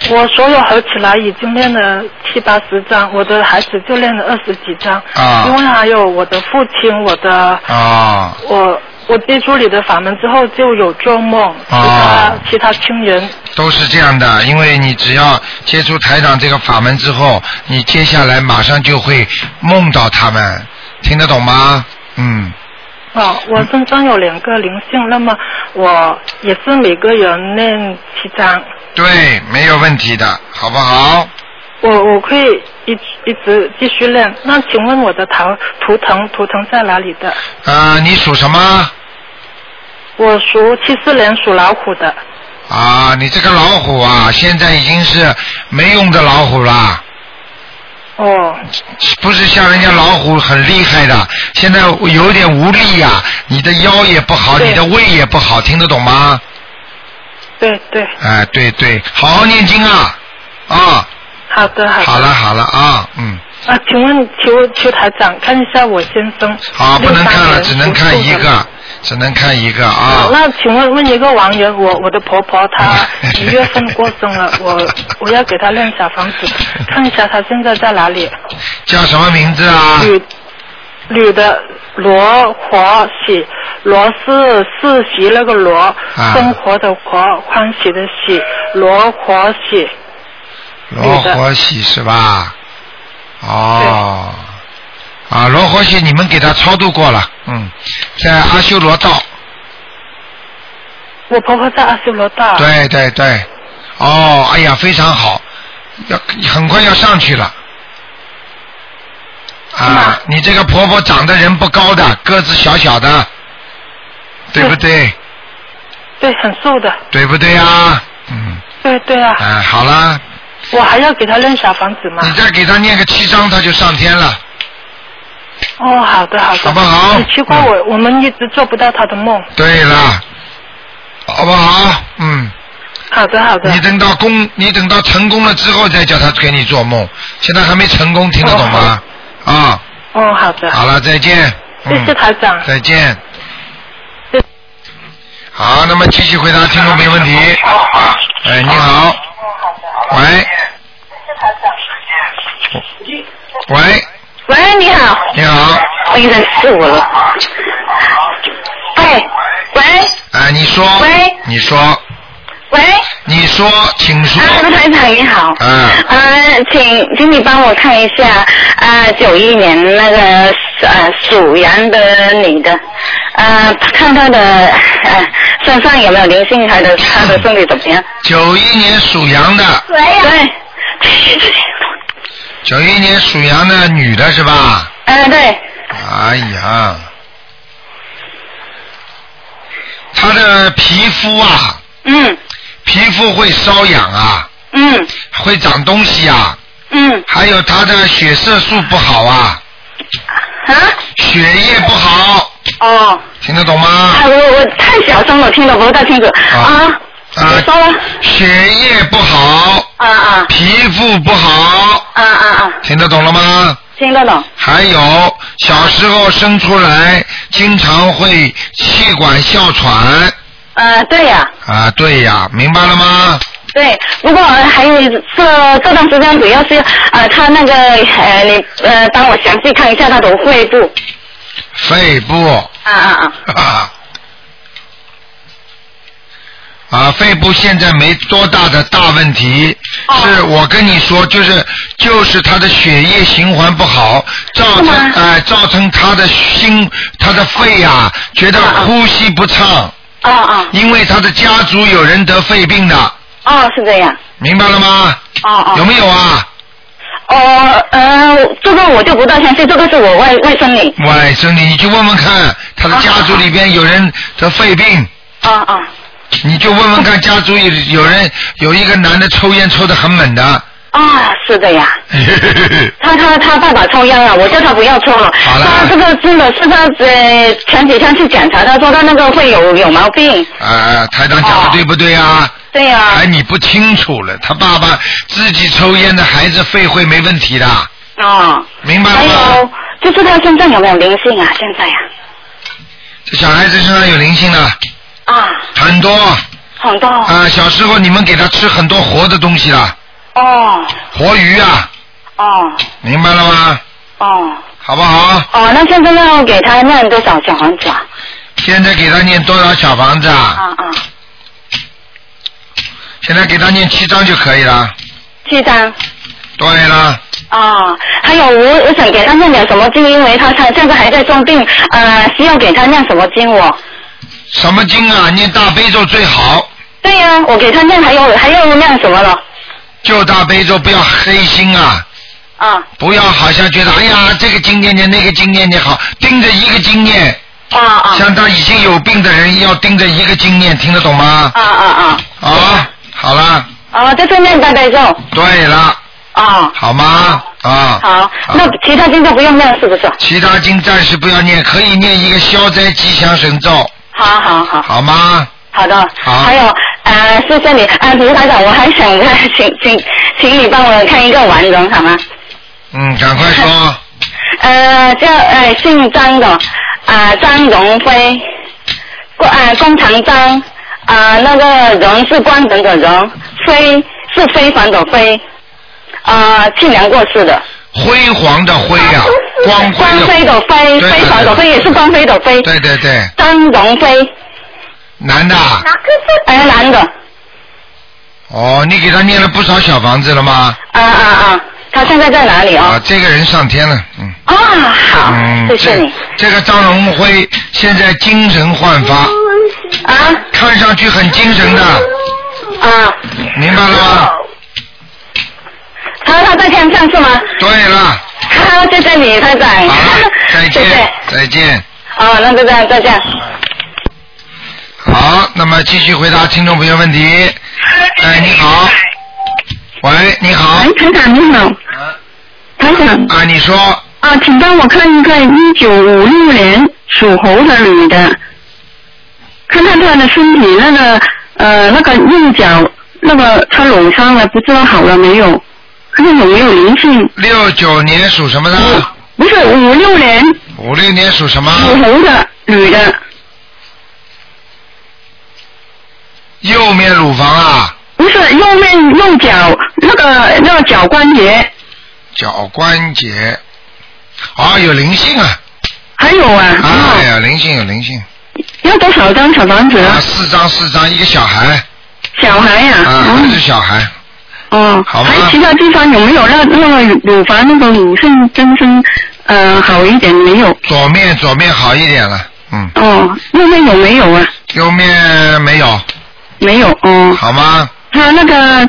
[SPEAKER 10] 我所有合起来已经练了七八十张，我的孩子就练了二十几张。
[SPEAKER 1] 啊
[SPEAKER 10] 因为还有我的父亲，我的
[SPEAKER 1] 啊
[SPEAKER 10] 我我接触你的法门之后就有做梦，其他
[SPEAKER 1] 啊
[SPEAKER 10] 其他亲人
[SPEAKER 1] 都是这样的，因为你只要接触台长这个法门之后，你接下来马上就会梦到他们，听得懂吗？嗯，
[SPEAKER 10] 啊，我身上有两个灵性，那么我也是每个人练七张，
[SPEAKER 1] 对，没有问题的，好不好？
[SPEAKER 10] 我我会一直一直继续练。那请问我的头图腾图腾在哪里的？
[SPEAKER 1] 呃，你属什么？
[SPEAKER 10] 我属七四年属老虎的，
[SPEAKER 1] 啊，你这个老虎啊，现在已经是没用的老虎啦。
[SPEAKER 10] 哦。
[SPEAKER 1] 不是像人家老虎很厉害的，现在有点无力呀、你的腰也不好，你的胃也不好，听得懂吗？
[SPEAKER 10] 对对，
[SPEAKER 1] 哎，对对，好好念经啊，啊，
[SPEAKER 10] 好的好的。
[SPEAKER 1] 好了好了啊，嗯，
[SPEAKER 10] 啊，请问求求台长看一下我先生。
[SPEAKER 1] 好，不能看
[SPEAKER 10] 63
[SPEAKER 1] 了，
[SPEAKER 10] 年
[SPEAKER 1] 只能看一个，只能看一个啊
[SPEAKER 10] 好，。那请问问一个王源，我我的婆婆 她一月份过生了，我我要给她练小房子，看一下她现在在哪里。
[SPEAKER 1] 啊叫什么名字啊？
[SPEAKER 10] 女女的罗活喜，罗是世袭那个罗，
[SPEAKER 1] 啊
[SPEAKER 10] 生活的活，欢喜的喜，罗活喜。
[SPEAKER 1] 罗火喜是吧？哦，啊，罗火喜，你们给他超度过了，嗯，在阿修罗道，
[SPEAKER 10] 我婆婆在阿修罗道。
[SPEAKER 1] 对对对，哦，哎呀，非常好，要很快要上去了。啊，你这个婆婆长得人不高
[SPEAKER 10] 嗯
[SPEAKER 1] 的，个子小小的，对不对？
[SPEAKER 10] 对，很瘦的。
[SPEAKER 1] 对不对啊？
[SPEAKER 10] 对对啊，
[SPEAKER 1] 哎，好啦，
[SPEAKER 10] 我还要给她练小房子吗？
[SPEAKER 1] 你再给他念个七章，他就上天了。
[SPEAKER 10] 哦，好的好的。
[SPEAKER 1] 好不好嗯
[SPEAKER 10] 很奇怪，我我们一直做不到她的梦。
[SPEAKER 1] 对了，好不好？嗯。
[SPEAKER 10] 好的，好
[SPEAKER 1] 的。你等到功，你等到成功了之后再叫他给你做梦，现在还没成功，听得懂吗？啊、
[SPEAKER 10] 哦，好的。
[SPEAKER 1] 好了，再见。嗯、
[SPEAKER 10] 谢谢台长。
[SPEAKER 1] 再见。好，那么继续回答听众没问题。哎，你好。喂。喂，
[SPEAKER 8] 喂，你好，
[SPEAKER 1] 你好。
[SPEAKER 8] 哎呀，是我了。喂，喂，
[SPEAKER 1] 哎，你说。
[SPEAKER 8] 喂。
[SPEAKER 1] 你说，
[SPEAKER 8] 喂，
[SPEAKER 1] 你说，请说。
[SPEAKER 8] 啊，卢台长你好，
[SPEAKER 1] 嗯。
[SPEAKER 8] 呃，请请你帮我看一下，啊，九一年那个呃属羊的女的，呃，看她的呃身上有没有灵性，还
[SPEAKER 1] 嗯
[SPEAKER 8] 的她的身体怎么样？
[SPEAKER 1] 九一年属羊的。
[SPEAKER 8] 对，
[SPEAKER 1] 九一年属羊的女的是吧？
[SPEAKER 8] 嗯、对，
[SPEAKER 1] 哎呀，她的皮肤啊，
[SPEAKER 8] 嗯，
[SPEAKER 1] 皮肤会瘙痒啊，
[SPEAKER 8] 嗯，
[SPEAKER 1] 会长东西啊，
[SPEAKER 8] 嗯，
[SPEAKER 1] 还有她的血色素不好啊，
[SPEAKER 8] 啊，
[SPEAKER 1] 血液不好，
[SPEAKER 8] 哦，
[SPEAKER 1] 听得懂吗？
[SPEAKER 8] 啊，我我太小声了，听得不大清楚啊，
[SPEAKER 1] 啊，血液不好，
[SPEAKER 8] 啊啊，
[SPEAKER 1] 皮肤不好，
[SPEAKER 8] 啊啊啊，
[SPEAKER 1] 听得懂了吗？
[SPEAKER 8] 听得懂。
[SPEAKER 1] 还有小时候生出来经常会气管哮喘
[SPEAKER 8] 呃，对呀、
[SPEAKER 1] 啊，对呀，明白了吗？
[SPEAKER 8] 对，不过呃还有这这段时间主要是呃，他那个呃，你呃，帮我详细看一下他的肺部。
[SPEAKER 1] 肺部
[SPEAKER 8] 啊啊
[SPEAKER 1] 啊 啊，肺部现在没多大的大问题，是我跟你说，就是就是他的血液循环不好，造成哎、造成他的心他的肺啊，觉得呼吸不畅。
[SPEAKER 8] 啊啊。
[SPEAKER 1] 因为他的家族有人得肺病的，
[SPEAKER 8] 啊！哦，是这样。
[SPEAKER 1] 明白了吗？
[SPEAKER 8] 哦哦。
[SPEAKER 1] 有没有啊？
[SPEAKER 8] 哦呃，这个我就不大相信，这个是我外外甥女。
[SPEAKER 1] 喂，兄弟，你去问问看，他的家族里边有人得肺病，
[SPEAKER 8] 啊啊
[SPEAKER 1] 你就问问看，家族有有人有一个男的抽烟抽的很猛的，
[SPEAKER 8] 啊！是的呀。他他他爸爸抽烟了，我叫他不要抽了。他这个真的是他呃前几天去检查，他说他那个肺有有毛病。
[SPEAKER 1] 啊，台长讲的对不对啊？
[SPEAKER 8] 对呀、
[SPEAKER 1] 哎，你不清楚了，他爸爸自己抽烟的孩子肺会没问题的，
[SPEAKER 8] 啊。
[SPEAKER 1] 明白
[SPEAKER 8] 还有就是他身上有没有灵性啊？现在呀、
[SPEAKER 1] 这小孩子身上有灵性的，
[SPEAKER 8] 啊。
[SPEAKER 1] 很多，
[SPEAKER 8] 很多
[SPEAKER 1] 啊，小时候你们给他吃很多活的东西啦，
[SPEAKER 8] 哦
[SPEAKER 1] 活鱼啊，
[SPEAKER 8] 哦
[SPEAKER 1] 明白了吗？
[SPEAKER 8] 哦
[SPEAKER 1] 好不好？
[SPEAKER 8] 哦，那现在要给他念多少小房子啊？
[SPEAKER 1] 现在给他念多少小房子啊？
[SPEAKER 8] 啊啊，
[SPEAKER 1] 现在给他念七张就可以了。
[SPEAKER 8] 七张。
[SPEAKER 1] 对了，
[SPEAKER 8] 哦，还有我我想给他念点什么经，因为他他现在还在重病，呃，需要给他念什么经我？
[SPEAKER 1] 什么经啊？念大悲咒最好，
[SPEAKER 8] 对呀、我给他念还有还要念什么了？
[SPEAKER 1] 就大悲咒，不要黑心啊。
[SPEAKER 8] 啊。
[SPEAKER 1] 不要好像觉得哎呀，这个经念念，那个经念念好，盯着一个经念。
[SPEAKER 8] 啊啊。
[SPEAKER 1] 像他已经有病的人，要盯着一个经念，听得懂吗？
[SPEAKER 8] 啊啊啊！
[SPEAKER 1] 啊，好了，
[SPEAKER 8] 哦，就是念大悲咒。
[SPEAKER 1] 对了，
[SPEAKER 8] 哦，
[SPEAKER 1] 好吗？啊。
[SPEAKER 8] 好，那其他经就不用念了是不是？
[SPEAKER 1] 其他经暂时不要念，可以念一个消灾吉祥神咒，
[SPEAKER 8] 好好好。
[SPEAKER 1] 好吗？
[SPEAKER 8] 好的，
[SPEAKER 1] 好
[SPEAKER 8] 还有，呃，谢谢你，呃，卢台长，我还想 请请请你帮我看一个完人好吗？
[SPEAKER 1] 嗯，赶快 说。
[SPEAKER 8] 呃，叫呃姓张的，啊、张荣飞，工呃工长张，啊、那个荣是光荣的荣，飞是非凡的飞，啊、去年过世的，
[SPEAKER 1] 辉煌的辉啊，光
[SPEAKER 8] 光
[SPEAKER 1] 辉
[SPEAKER 8] 辉
[SPEAKER 1] 的
[SPEAKER 8] 的
[SPEAKER 1] 对
[SPEAKER 8] 飞，
[SPEAKER 1] 对
[SPEAKER 8] 非凡的飞也是光辉的飞，
[SPEAKER 1] 对对对，
[SPEAKER 8] 张荣飞，
[SPEAKER 1] 男的啊。
[SPEAKER 8] 哎、男的，
[SPEAKER 1] 哦，你给他念了不少小房子了吗？
[SPEAKER 8] 啊啊啊，他现在在哪里哦？
[SPEAKER 1] 啊，这个人上天了，嗯。
[SPEAKER 11] 哦
[SPEAKER 8] 啊，好，
[SPEAKER 1] 嗯，
[SPEAKER 8] 谢谢
[SPEAKER 1] 这
[SPEAKER 8] 你，
[SPEAKER 1] 这个张荣辉现在精神焕发，
[SPEAKER 8] 嗯啊
[SPEAKER 1] 看上去很精神的，
[SPEAKER 8] 啊，
[SPEAKER 1] 明白了吗？
[SPEAKER 8] 他他在天上是吗？
[SPEAKER 1] 对了，
[SPEAKER 8] 好，谢谢你，台长。
[SPEAKER 1] 再见，
[SPEAKER 8] 谢谢
[SPEAKER 1] 再见。
[SPEAKER 8] 哦，那就这样，再见。
[SPEAKER 1] 好，那么继续回答听众朋友问题。哎，你好。喂，你好。
[SPEAKER 11] 喂，台哎长你好。
[SPEAKER 8] 嗯
[SPEAKER 11] 台长。
[SPEAKER 1] 啊，你说
[SPEAKER 11] 啊，请帮我看一个一九五六年属猴的女的，看看她的身体那个呃那个右脚那个她扭伤了，不知道好了没有？看看有没有灵性？
[SPEAKER 1] 六九年属什么的？
[SPEAKER 11] 不是五六年
[SPEAKER 1] 五六年属什么？
[SPEAKER 11] 属猴的女的，
[SPEAKER 1] 右面乳房啊，
[SPEAKER 11] 不是右面右脚那个那个脚关节，
[SPEAKER 1] 脚关节。啊，有灵性啊！
[SPEAKER 11] 还有啊，
[SPEAKER 8] 嗯
[SPEAKER 1] 哎呀，灵性有灵性
[SPEAKER 11] 要多少张小房子啊？
[SPEAKER 1] 啊！四张四张，一个小孩
[SPEAKER 11] 小孩呀、
[SPEAKER 8] 嗯
[SPEAKER 1] 啊，还是小孩。
[SPEAKER 11] 哦，
[SPEAKER 1] 好吧
[SPEAKER 11] 还有其他地方有没有那那个乳房那个乳腺增生呃好一点没有？
[SPEAKER 1] 左面左面好一点了，嗯，
[SPEAKER 11] 哦，那边有没有啊？
[SPEAKER 1] 右面没有，
[SPEAKER 11] 没有
[SPEAKER 8] 嗯
[SPEAKER 11] 哦。
[SPEAKER 1] 好吗？
[SPEAKER 11] 它那个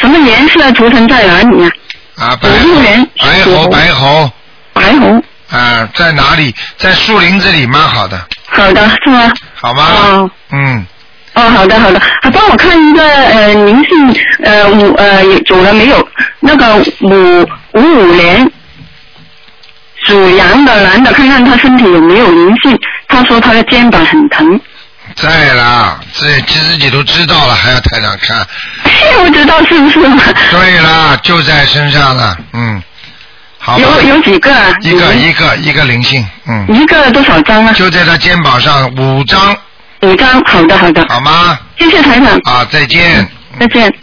[SPEAKER 11] 什么颜色图腾在哪里啊？
[SPEAKER 1] 啊，白
[SPEAKER 11] 五六年
[SPEAKER 1] 白
[SPEAKER 11] 属
[SPEAKER 1] 猴
[SPEAKER 11] 猴
[SPEAKER 1] 白猴
[SPEAKER 11] 白红。
[SPEAKER 1] 啊，在哪里？在树林子里，蛮好的，
[SPEAKER 11] 好的，是吗？
[SPEAKER 1] 好吗？
[SPEAKER 11] 哦
[SPEAKER 1] 嗯，
[SPEAKER 11] 哦，好的好的，还帮我看一个呃，您是呃五呃有走了没有？那个五五五年属羊的男的，看看他身体有没有灵性。他说他的肩膀很疼。
[SPEAKER 1] 在啦，自自己都知道了，还要台长看？
[SPEAKER 11] 不知道是不是吗？
[SPEAKER 1] 对啦，就在身上了，嗯，好吧。
[SPEAKER 11] 有有几个啊？
[SPEAKER 1] 一个
[SPEAKER 11] 你
[SPEAKER 1] 一个一个灵性，嗯，
[SPEAKER 11] 一个多少张啊？
[SPEAKER 1] 就在他肩膀上五张，
[SPEAKER 11] 五张，好的好的，
[SPEAKER 1] 好吗？
[SPEAKER 11] 谢谢台长，
[SPEAKER 1] 啊，再见。
[SPEAKER 11] 再见。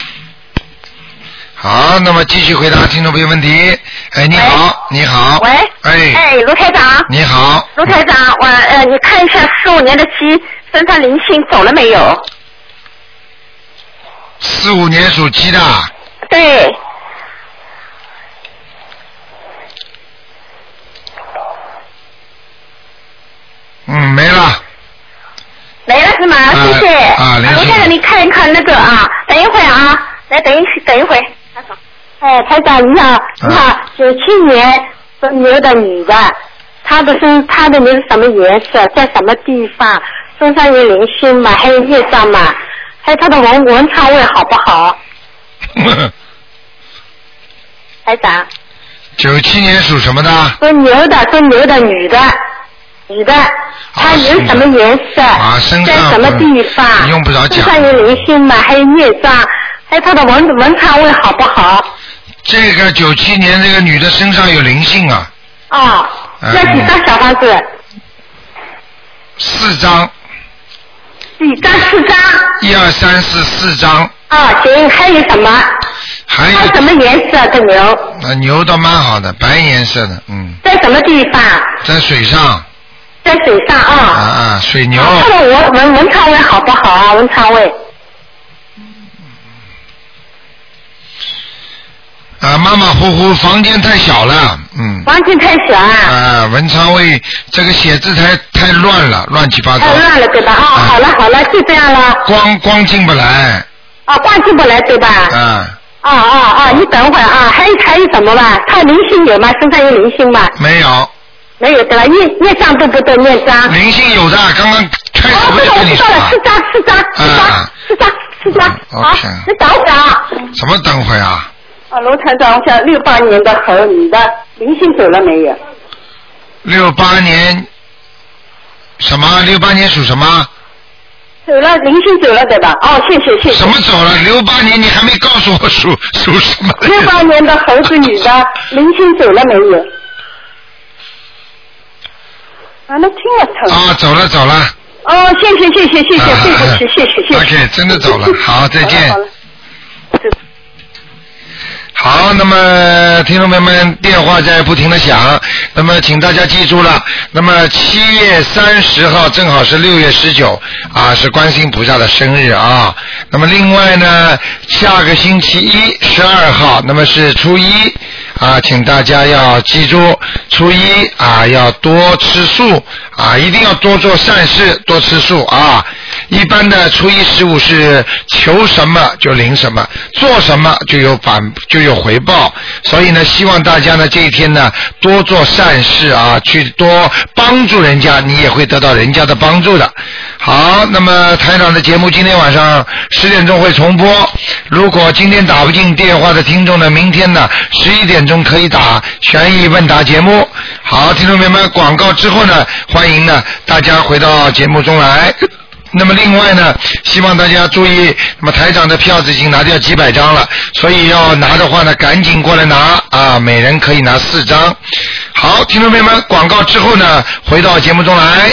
[SPEAKER 1] 好，那么继续回答听众朋友问题。哎，你好，你好。
[SPEAKER 12] 喂。
[SPEAKER 1] 哎，
[SPEAKER 12] 哎，卢台长，
[SPEAKER 1] 你好，
[SPEAKER 12] 卢台长，我呃，你看一下四五年的鸡身上灵性走了没有？
[SPEAKER 1] 四五年属鸡的，
[SPEAKER 12] 对，
[SPEAKER 1] 嗯，没了，
[SPEAKER 12] 没了是吗？
[SPEAKER 1] 啊
[SPEAKER 12] 谢谢。
[SPEAKER 1] 啊灵性
[SPEAKER 12] 卢台长，你看一看那个啊，等一会儿啊，来等一等一会儿。
[SPEAKER 13] 哎，台长你好，
[SPEAKER 1] 嗯
[SPEAKER 13] 你好，九七年属牛的女的，她的身她的牛是什么颜色，在什么地方，身上有灵性吗？还有业障吗？还有她的文文昌位好不好？ 台长，
[SPEAKER 1] 九七年属什么的？
[SPEAKER 13] 属牛的，属牛的女的，女的，她有什么颜色？
[SPEAKER 1] 啊身
[SPEAKER 13] 在
[SPEAKER 1] 上
[SPEAKER 13] 什么地方？
[SPEAKER 1] 嗯用不着讲
[SPEAKER 13] 身上有灵性吗？还有业障？还有她的文文昌位好不好？
[SPEAKER 1] 这个九七年这个女的身上有灵性啊，
[SPEAKER 13] 哦，
[SPEAKER 1] 嗯
[SPEAKER 13] 要几张小房子？
[SPEAKER 1] 四张，
[SPEAKER 4] 几张？四张。
[SPEAKER 1] 一二三四四张，
[SPEAKER 13] 哦
[SPEAKER 4] 啊，行，还有什么？
[SPEAKER 1] 还有
[SPEAKER 4] 它什么颜色的牛？
[SPEAKER 1] 啊，牛倒蛮好的，白颜色的，嗯，
[SPEAKER 4] 在什么地方？
[SPEAKER 1] 在水上
[SPEAKER 4] 在水上
[SPEAKER 13] 哦
[SPEAKER 1] 啊
[SPEAKER 4] 啊。
[SPEAKER 1] 啊，水牛，
[SPEAKER 4] 看看我文文昌位好不好啊？文昌位。
[SPEAKER 1] 啊，马马虎虎，房间太小了，嗯，
[SPEAKER 4] 房间太小啊，
[SPEAKER 1] 啊，文昌位这个写字台太乱了，乱七八糟，
[SPEAKER 4] 太乱了对吧？啊，好了好了，就这样了。
[SPEAKER 1] 光光进不来，
[SPEAKER 4] 啊，光进不来对吧？
[SPEAKER 1] 啊，
[SPEAKER 4] 啊啊啊！你等会儿啊，还有还有什么吧？他灵性有吗？身上有灵性吗？
[SPEAKER 1] 没有，
[SPEAKER 4] 啊没有对吧？念念章都不多念章。
[SPEAKER 1] 灵性有的，刚刚开
[SPEAKER 4] 始哦我就跟你说了。四张，四张，四张，四张，四张。
[SPEAKER 1] 啊嗯 OK，
[SPEAKER 4] 你等会儿啊。
[SPEAKER 1] 什么等会啊？
[SPEAKER 4] 啊，罗团长，我想六八年的猴，你的灵性走了没有？
[SPEAKER 1] 六八年什么？六八年属什么？
[SPEAKER 4] 走了，灵性走了对吧？哦，谢谢谢谢。
[SPEAKER 1] 什么走了？六八年你还没告诉我属属什么？
[SPEAKER 4] 六八年的猴子女的，灵性走了没有？啊，那听了头。
[SPEAKER 1] 啊，走了走了。
[SPEAKER 4] 哦，谢谢谢谢谢谢，对不起，谢谢谢谢。
[SPEAKER 1] 啊
[SPEAKER 4] 嗯
[SPEAKER 1] OK，真的走了，好，再见
[SPEAKER 4] 好。了
[SPEAKER 1] 好，那么听众朋友们，电话在不停的响，那么请大家记住了，那么七月三十号正好是六月十九啊，是观世音菩萨的生日啊。那么另外呢，下个星期一十二号，那么是初一啊，请大家要记住，初一啊要多吃素啊，一定要多做善事，多吃素啊。一般的初一十五是求什么就领什么，做什么就有反就有回报。所以呢，希望大家呢这一天呢多做善事啊，去多帮助人家，你也会得到人家的帮助的。好，那么台长的节目今天晚上十点钟会重播。如果今天打不进电话的听众呢，明天呢十一点钟可以打悬疑问答节目。好，听众朋友们，广告之后呢，欢迎呢大家回到节目中来。那么另外呢，希望大家注意，那么台长的票子已经拿掉几百张了，所以要拿的话呢，赶紧过来拿啊，每人可以拿四张。好，听众朋友们，广告之后呢，回到节目中来。